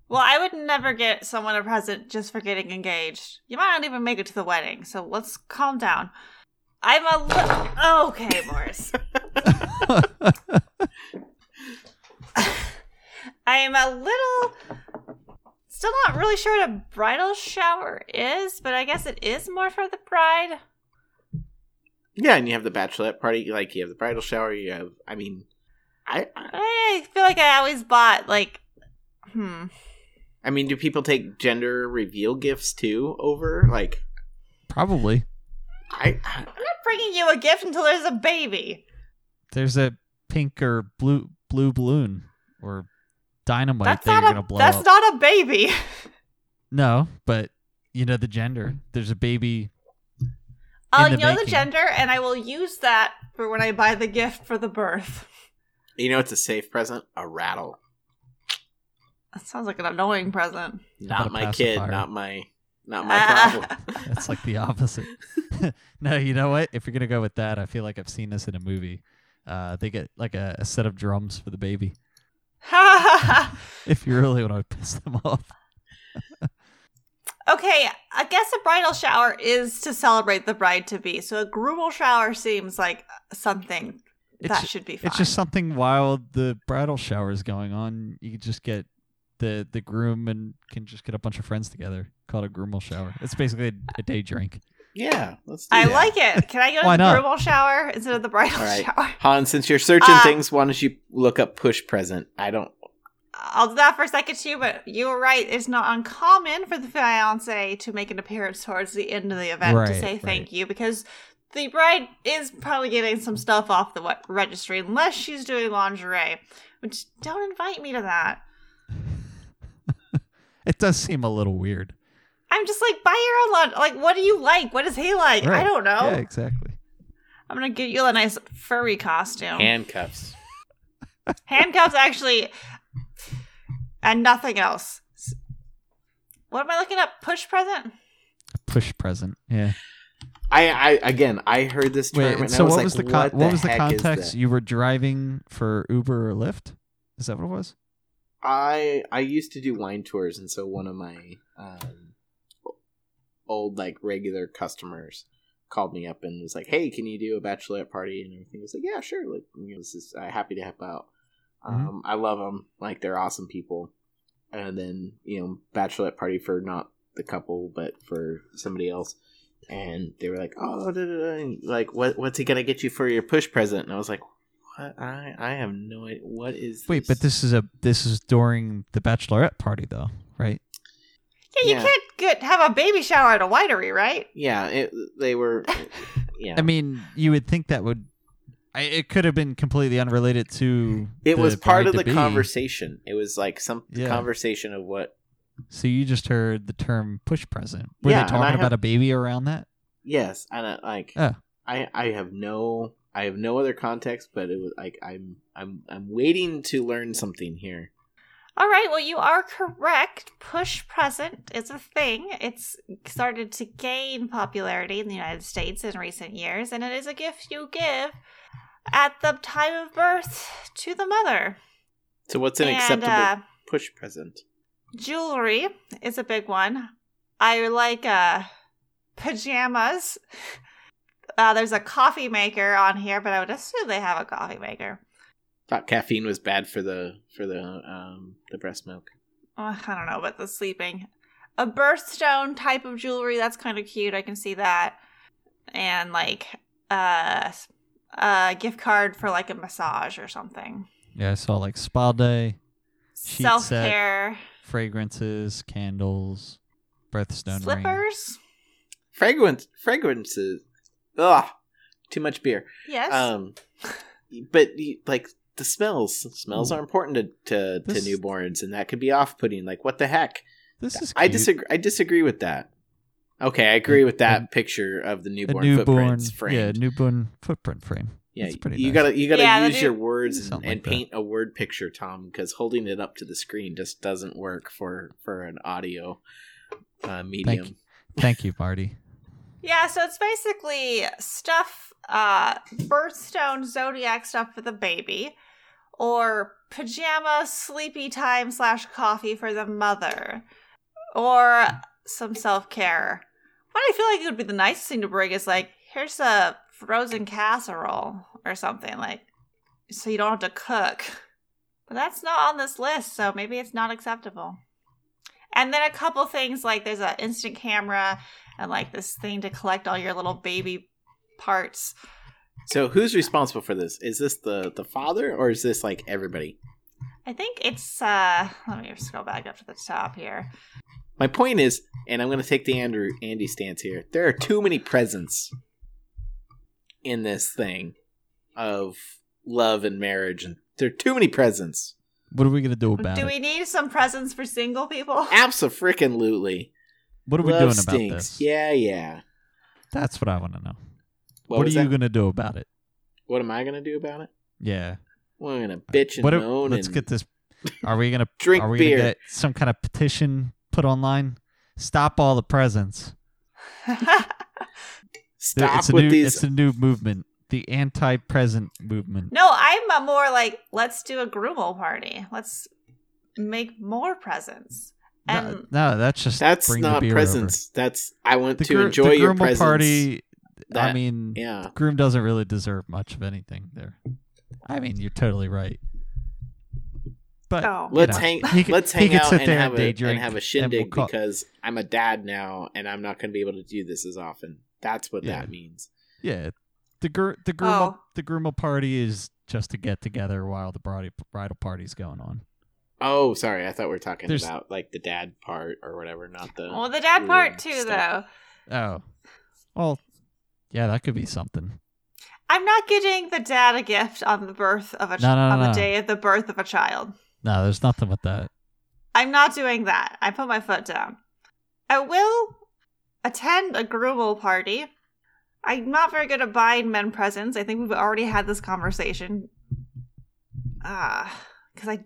B: well, I would never get someone a present just for getting engaged. You might not even make it to the wedding, so let's calm down. I'm a li- okay, Morris. I am a little still not really sure what a bridal shower is, but I guess it is more for the bride.
C: yeah. And you have the bachelorette party. Like you have the bridal shower. You have I mean, I I,
B: I feel like I always bought like hmm.
C: I mean, do people take gender reveal gifts too over like
A: Probably.
C: I
B: I'm not bringing you a gift until there's a baby.
A: There's a pink or blue blue balloon or dynamite
B: that's
A: that you're
B: not
A: gonna
B: a
A: blow
B: that's
A: up.
B: not a baby.
A: no, but you know the gender. There's a baby.
B: I'll
A: the
B: know the
A: baking.
B: gender and I will use that for when I buy the gift for the birth.
C: you know it's a safe present a rattle.
B: That sounds like an annoying present.
A: about
C: Not
A: a
C: my kid.
A: pacifier?
C: Not my not my
B: Ah.
C: problem.
A: That's like the opposite. no, you know what? If you're gonna go with that, I feel like I've seen this in a movie. Uh, they get like a, a set of drums for the baby. If you really want to piss them off,
B: Okay, I guess a bridal shower is to celebrate the bride to be. So a groomal shower seems like something
A: it's
B: that should be fine.
A: it's just something while the bridal shower is going on. You could just get the the groom and can just get a bunch of friends together. Call it a groomal shower. It's basically a, a day drink.
C: yeah, let's. Do
B: I
C: that.
B: like it. Can I go to
A: Why
B: the
A: not?
B: groomal shower instead of the bridal
C: All right.
B: shower?
C: Han, since you're searching
B: Uh,
C: things, why don't you look up push present? I don't.
B: I'll do that for a second too, but you were right. It's not uncommon for the fiance to make an appearance towards the end of the event to
A: Right,
B: say thank
A: right.
B: you because the bride is probably getting some stuff off the we- registry unless she's doing lingerie, which don't invite me to that.
A: It does seem a little weird.
B: I'm just like, buy your own lingerie. Like, what do you like? What is he like? I
A: Right.
B: don't
C: Oh.
B: know.
A: Yeah, exactly.
B: I'm going to get you a nice furry
A: Um,
B: costume.
C: Handcuffs.
B: Handcuffs, actually, and nothing else. S- What am I looking up? Push present?
A: Push present. Yeah.
C: I, I again, I heard this term
A: Wait.
C: and
A: so
C: I was
A: what
C: like,
A: was the
C: what,
A: con- what,
C: the
A: was the
C: heck
A: context?
C: Is that?
A: You were driving for Uber or Lyft. Is that what it was?
C: I I used to do wine tours, and so one of my um, old like regular customers called me up and was like, "Hey, can you do a bachelorette party?" And everything I was like, "Yeah, sure." Like, you know, this is uh, happy to help out.
A: Mm-hmm.
C: Um, I love them. Like, they're awesome people. And then you know, bachelorette party for not the couple, but for somebody else. And they were like, "Oh, da, da, da," and like what? What's he gonna get you for your push present?" And I was like, "What? I I have no idea. What is
A: Wait, but this is a this is during the bachelorette party though, right?
B: Yeah, you
C: Yeah.
B: can't get have a baby shower at a winery, right?
C: Yeah, it, they were. Yeah,
A: I mean, you would think that would. I, it could have been completely unrelated to.
C: it
A: the
C: was part of the
A: bride-to-be.
C: conversation. It was like some
A: Yeah.
C: conversation of what.
A: So you just heard the term "push present." Were
C: Yeah,
A: they
C: and I
A: talking
C: have-
A: about a baby around that?
C: Yes, and I, like
A: Oh.
C: I, I have no, I have no other context, but it was like I'm, I'm, I'm waiting to learn something here.
B: All right, well, you are correct. Push present is a thing. It's started to gain popularity in the United States in recent years, and it is a gift you give at the time of birth to the mother.
C: So what's an
B: and
C: acceptable
B: uh,
C: push present?
B: jewelry is a big one. I like uh, pajamas. Uh, there's a coffee maker on here, but I would assume they have a coffee maker.
C: Thought caffeine was bad for the for the um the breast milk.
B: Ugh, I don't know about the sleeping. A birthstone type of jewelry, that's kind of cute. I can see that. And like uh a gift card for like a massage or something.
A: Yeah, I saw like spa day, Sheet set.
B: Self care
A: fragrances, candles, birthstone ring.
B: slippers.
C: Fragrance fragrances. Ugh. Too much beer.
B: Yes.
C: Um but you- like the smells. Smells are important to to,
A: Mm. This-
C: to newborns and that could be off putting. Like what the heck?
A: This is
C: I
A: cute.
C: disagree. I disagree with that. Okay, I agree with that
A: And-
C: picture of the
A: A
C: newborn,
A: newborn,
C: footprints
A: yeah,
C: framed.
A: newborn footprint frame.
C: Yeah,
A: That's pretty
C: you
A: nice.
C: gotta you gotta
B: Yeah,
C: use
B: that
C: your
B: is-
C: words and,
A: Something
C: and
A: like that.
C: paint a word picture, Tom, because holding it up to the screen just doesn't work for for an audio uh, medium.
A: Thank you, Marty.
B: yeah, so it's basically stuff, uh, birthstone zodiac stuff for the baby, or pajama sleepy time slash coffee for the mother, or some self care. What I feel like it would be the nice thing to bring is like, here's a frozen casserole or something like, so you don't have to cook. But that's not on this list, so maybe it's not acceptable. And then a couple things like there's an instant camera and like this thing to collect all your little baby parts.
C: So who's responsible for this? Is this the the father or is this like everybody?
B: I think it's uh let me scroll back up to the top here.
C: My point is, and I'm gonna take the Andrew Andy stance here. There are too many presents in this thing of love and marriage, and there are too many presents.
A: What are we gonna do about
B: Do
A: it?
B: we need some presents for single people?
C: Absolutely.
A: what are we
C: Love
A: doing about
C: stinks.
A: this?
C: Yeah, yeah.
A: That's what I want to know.
C: What,
A: what are
C: was
A: you
C: that?
A: gonna do about it?
C: What am I gonna do about it?
A: Yeah.
C: We're gonna bitch and
A: What are-
C: moan.
A: let's
C: and
A: get this. Are we gonna
C: Drink
A: Are we
C: beer.
A: gonna get some kind of petition put online? Stop all the presents. There-
C: Stop
A: it's a
C: with
A: new,
C: these.
A: It's a new movement. The anti-present movement.
B: no, I'm a more like let's do a Grummel party. Let's make more presents.
A: No,
B: And
A: no, that's just
C: that's
A: bring
C: not
A: the beer
C: presents. That's I want
A: Over. The
C: to
A: gr- the
C: enjoy your
A: groomal
C: presents.
A: party. I
C: That-
A: mean,
C: Yeah.
A: groom doesn't really deserve much of anything there. I mean, you're totally right. But
B: oh,
C: Let's
A: know,
C: hang.
A: he could-
C: let's
A: he
C: hang
A: could
C: out
A: sit
C: and
A: there
C: have
A: and day
C: a and
A: drink,
C: have a
A: and
C: shindig
A: we'll call-
C: because I'm a dad now and I'm not gonna be able to do this as often. That's what
A: Yeah.
C: that means.
A: yeah, the gr- the groomal
B: Oh.
A: the groomal party is just a get together while the bridal bridal party's going on.
C: Oh, sorry. I thought we were talking
A: There's-
C: about like the dad part or whatever, not the.
B: well the dad
C: Ooh,
B: part too
C: stuff.
B: though.
A: Oh, well, yeah, that could be something.
B: I'm not getting the dad a gift on the birth of a ch-
A: No, no,
B: on the
A: no.
B: day of the birth of a child.
A: No, there's nothing with that.
B: I'm not doing that. I put my foot down. I will attend a Grummel party. I'm not very good at buying men presents. I think we've already had this conversation. Ah, because I,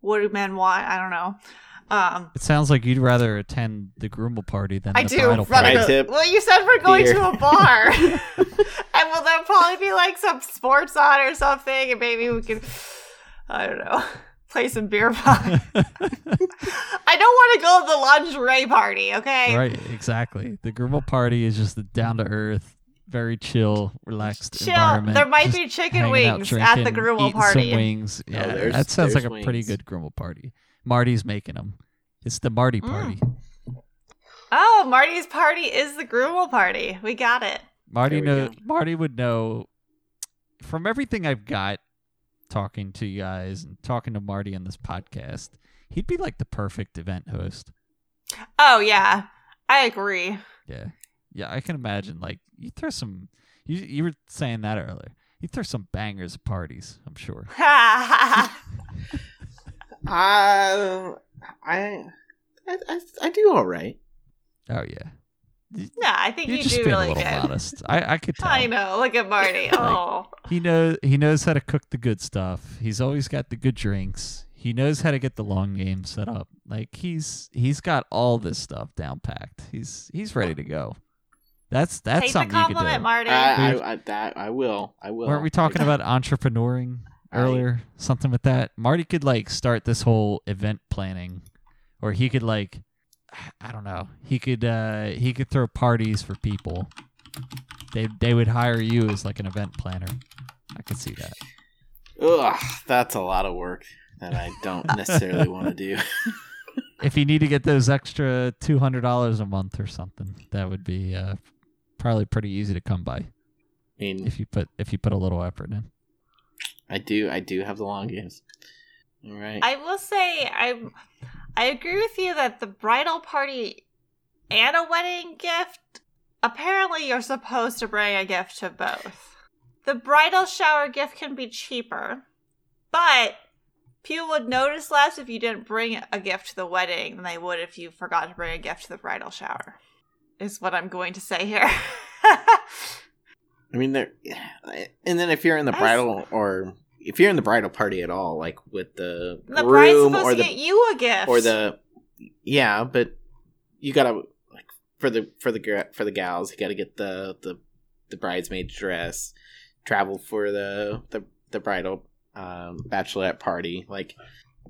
B: what do men want? I don't know. Um,
A: It sounds like you'd rather attend the groomal party than
B: I
A: the
B: do.
A: bridal
B: Rather,
A: party.
C: Right, tip.
B: well, you said we're going
C: Beer.
B: to a bar, and well, there'll probably be like some sports on or something, and maybe we could, I don't know, play some beer pong. I don't want to go to the lingerie party, okay?
A: right, exactly. The groomal party is just the down to earth, very chill, relaxed
B: Chill.
A: environment.
B: There might
A: Just
B: be chicken
A: hanging out,
B: wings at the
A: drinking,
B: Grummel
A: eating some
B: party.
A: wings. Yeah,
C: Oh, there's-
A: that sounds like
C: there's
A: a pretty
C: wings.
A: good groomal party. Marty's making them. It's the Marty
B: Mm.
A: party.
B: Oh, Marty's party is the Grummel party. We got it.
A: Marty
C: There we
A: know.
C: go.
A: Marty would know from everything I've got talking to you guys and talking to Marty on this podcast. He'd be like the perfect event host.
B: Oh yeah, I agree.
A: Yeah, yeah, I can imagine. Like you throw some. You you were saying that earlier. You throw some bangers at parties. I'm sure.
C: Uh, I, I, I, I do all right.
A: Oh yeah. You-
B: no, I think
A: You're
B: you
A: just
B: do
A: being a
B: really
A: little
B: good.
A: modest. I I could tell.
B: I know. Look at Marty. Oh,
A: He knows he knows how to cook the good stuff. He's always got the good drinks. He knows how to get the long game set up. Like he's he's got all this stuff down packed. He's he's ready to go. That's that's
B: take the
A: something you could do.
B: compliment, Marty.
C: I, I, I, that, I will. I will.
A: Weren't we talking about entrepreneuring
C: I-
A: earlier? Something with that. Marty could like start this whole event planning, or he could like I don't know. He could uh he could throw parties for people. They they would hire you as like an event planner. I could see that.
C: Ugh, that's a lot of work that I don't necessarily want to do.
A: if you need to get those extra two hundred dollars a month or something, that would be uh, probably pretty easy to come by.
C: I mean,
A: if you put if you put a little effort in.
C: I do, I do have the long games. All right.
B: I will say I'm I agree with you that the bridal party and a wedding gift apparently you're supposed to bring a gift to both. The bridal shower gift can be cheaper, but people would notice less if you didn't bring a gift to the wedding than they would if you forgot to bring a gift to the bridal shower. Is what I'm going to say here.
C: I mean, there. And then if you're in the
B: I s-
C: bridal or if you're in the bridal party at all, like with the,
B: the bride's
C: groom
B: supposed
C: or
B: to
C: the
B: get you a gift.
C: or the yeah, but you gotta like for the for the gra- for the gals, you gotta get the the the bridesmaid dress, travel for the the the bridal um, bachelorette party. Like,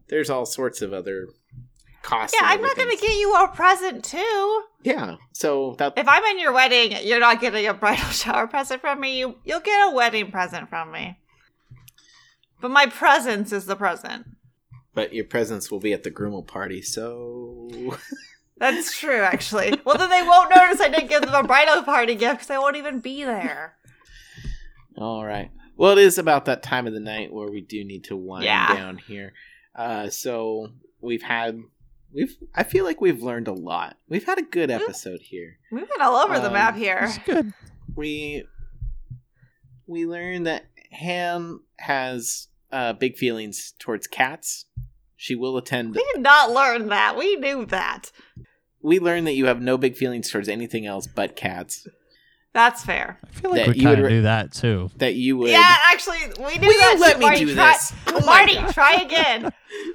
C: there's all sorts of other costs.
B: Yeah,
C: and
B: I'm not
C: other
B: gonna
C: things.
B: get you a present too.
C: Yeah, so that
B: If I'm in your wedding, you're not getting a bridal shower present from me. You, you'll get a wedding present from me. But my presence is the present.
C: but your presence will be at the groomal party, so
B: That's true, actually. well, then they won't notice I didn't give them a bridal party gift because I won't even be there.
C: All right. Well, it is about that time of the night where we do need to wind
B: Yeah.
C: down here. Uh, so we've had we've I feel like we've learned a lot. We've had a good
B: Mm-hmm.
C: episode here.
B: We've been all over the
C: Um,
B: map here.
A: It's good.
C: We we learned that Ham has uh, big feelings towards cats. She will attend.
B: We did not learn that. We knew that.
C: We learned that you have no big feelings towards anything else but cats.
B: That's fair.
A: I feel like
C: that
A: we
C: you would
A: kind of
C: re-
A: knew that too.
C: That you would.
B: Yeah, actually, we knew
C: Will
B: that.
C: you
B: too.
C: let me
B: Marty,
C: do
B: try-
C: this? Oh my
B: Marty,
C: God.
B: try again.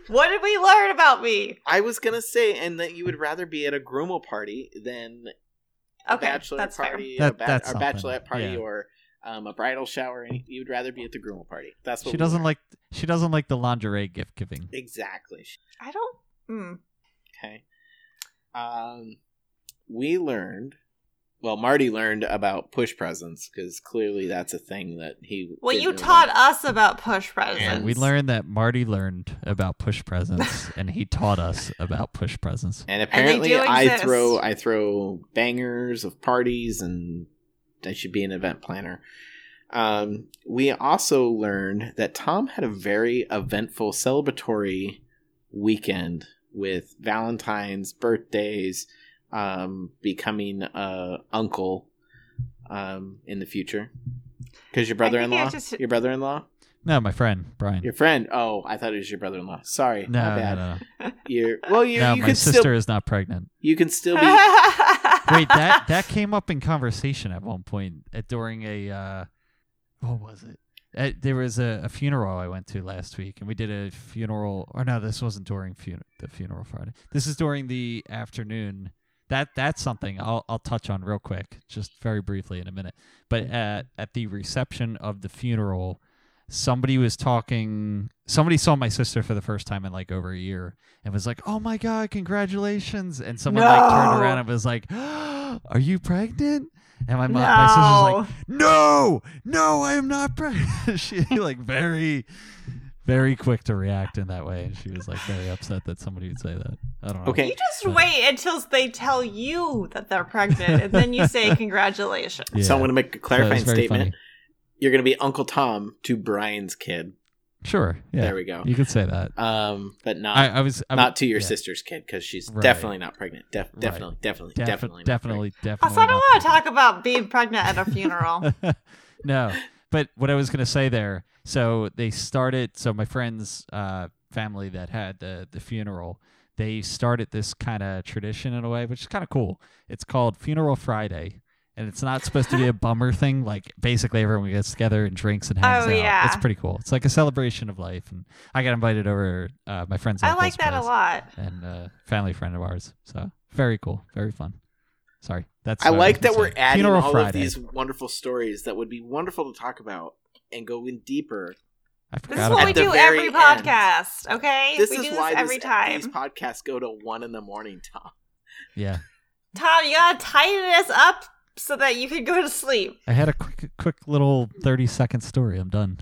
B: What did we learn about me?
C: I was gonna say, and that you would rather be at a groomal party than
B: Okay,
C: a bachelor
B: that's fair.
C: party,
A: That-
C: a, ba-
A: that's
C: or
A: something,
C: bachelorette party,
A: yeah.
C: or um, a bridal shower, and you'd rather be at the groomal party. That's what
A: She
C: we
A: doesn't
C: were.
A: like she doesn't like the lingerie gift giving.
C: exactly.
B: I don't. Hmm.
C: Okay, um, we learned. Well, Marty learned about push presents because clearly that's a thing that he.
B: Well,
C: didn't
B: you
C: know
B: taught
C: about.
B: us about push presents.
A: We learned that Marty learned about push presents and he taught us about push presents.
C: And apparently,
B: do
C: I
B: exist.
C: throw I throw bangers of parties, and I should be an event planner. Um, we also learned that Tom had a very eventful celebratory weekend with Valentine's, birthdays, um, becoming a uncle um, in the future. Because your
B: I think I
C: brother-in-law,
B: just-
C: your brother-in-law,
A: No, my friend Brian.
C: your friend. Oh, I thought it was your brother-in-law. Sorry,
A: no, no,
C: my bad.
A: no,
C: You're well. You,
A: no. No,
C: you
A: my
C: could
A: sister
C: still
A: is not pregnant.
C: you can still be
A: Wait, that that came up in conversation at one point at, during a uh, what was it? Uh, there was a, a funeral I went to last week, and we did a funeral. Or no, this wasn't during fun- the funeral Friday. This is during the afternoon. That that's something I'll I'll touch on real quick, just very briefly in a minute. But at at the reception of the funeral, somebody was talking. Somebody saw my sister for the first time in like over a year, and was like, "Oh my god, congratulations!" And someone like turned
B: No.
A: around and was like, "Are you pregnant?" And my mom, my sister's like, "No, no, I am not pregnant." she like very, very quick to react in that way, and she was like very upset that somebody would say that. I don't know.
C: Okay.
B: you just wait until they tell you that they're pregnant, and then you say congratulations.
A: Yeah.
C: So I'm going to make
A: So
C: a
A: it was
C: clarifying
A: very
C: statement.
A: funny.
C: You're going to be Uncle Tom to Brian's kid.
A: Sure. Yeah.
C: There we go.
A: You could say that.
C: Um, but not
A: I, I was I,
C: not to your
A: yeah.
C: sister's kid because she's
A: Right.
C: definitely not pregnant. Def-
A: Right.
C: Definitely, definitely,
A: Defi-
C: definitely, not
A: definitely, definitely.
B: Also, I don't
A: not
B: want to
A: pregnant.
B: talk about being pregnant at a funeral.
A: no, but what I was gonna say there. So they started. So my friend's uh, family that had the the funeral, they started this kind of tradition in a way, which is kind of cool. It's called Funeral Friday, and it's not supposed to be a bummer thing. Like basically everyone gets together and drinks and hangs
B: Oh,
A: out.
B: yeah.
A: It's pretty cool. It's like a celebration of life. And I got invited over uh, my friend's.
B: I
A: uncle's
B: like that a
A: place
B: lot.
A: And uh, family friend of ours. So very cool, very fun. Sorry, that's.
C: I
A: what
C: like
A: was
C: that
A: gonna
C: we're
A: say.
C: adding
A: Funeral
C: all
A: Friday.
C: of these wonderful stories that would be wonderful to talk about and go in deeper.
A: I
B: This
A: forgot
B: is
A: about
B: what we
A: that.
C: the
B: do
C: very
B: every
C: end.
B: podcast, okay?
C: This
B: we
C: is
B: do
C: why
B: this every
C: this-
B: time.
C: these podcasts go to one in the morning, Tom.
A: Yeah,
B: Tom, you gotta tighten this up so that you can go to sleep.
A: I had a quick, quick little thirty-second story. I'm done.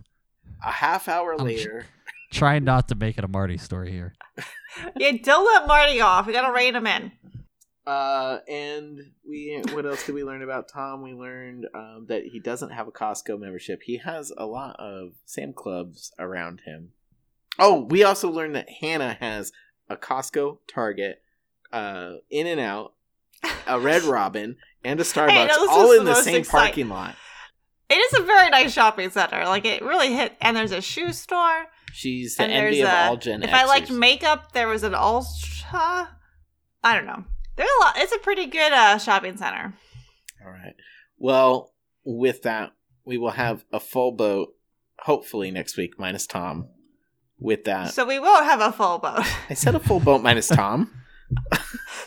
C: A half hour
A: I'm
C: later,
A: Trying not to make it a Marty story here.
B: Yeah, don't let Marty off. We gotta rein him in.
C: Uh, and we what else did we learn about Tom? We learned um, that he doesn't have a Costco membership. He has a lot of Sam Clubs around him. Oh, we also learned that Hannah has a Costco, Target, uh, In and Out, a Red Robin, and a Starbucks,
B: this is
C: all in
B: the
C: the,
B: most
C: same
B: excite-
C: parking lot.
B: It is a very nice shopping center. Like it really hit. And there's a shoe store.
C: She's the
B: And
C: envy of
B: there's a-
C: all Gen
B: if I liked
C: Xers.
B: makeup, there was an Ultra. I don't know. There's a lot. It's a pretty good uh, shopping center.
C: All right. Well, with that, we will have a full boat, hopefully next week, minus Tom. With
A: Uh,
C: that,
B: So we won't have a full boat.
C: I said a full boat minus Tom.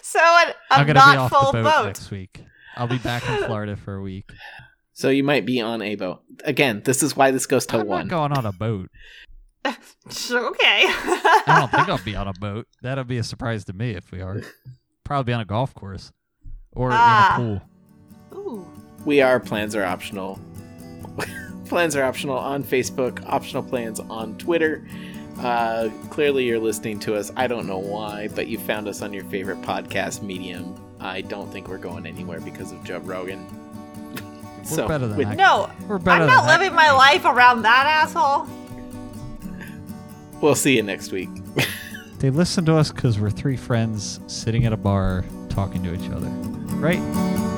B: So an, a
A: I'm gonna be
B: not
A: off
B: full
A: the boat,
B: boat.
A: next week. I'll be back in Florida for a week.
C: So you might be on a boat. Again, this is why this goes to
A: I'm
C: one.
A: not going on a boat.
B: okay.
A: I don't think I'll be on a boat. That'll be a surprise to me if we are. Probably on a golf course or
B: Ah.
A: in a pool.
B: Ooh.
C: we are plans are optional. plans are optional on Facebook, optional plans on Twitter. Uh, clearly, you're listening to us. I don't know why, but you found us on your favorite podcast medium. I don't think we're going anywhere because of Joe Rogan. so,
A: better than
C: with-
A: that.
B: No,
A: We're better
B: I'm
A: than
B: not
A: that.
B: living my life around that asshole.
C: we'll see you next week.
A: They listen to us because we're three friends sitting at a bar talking to each other. Right?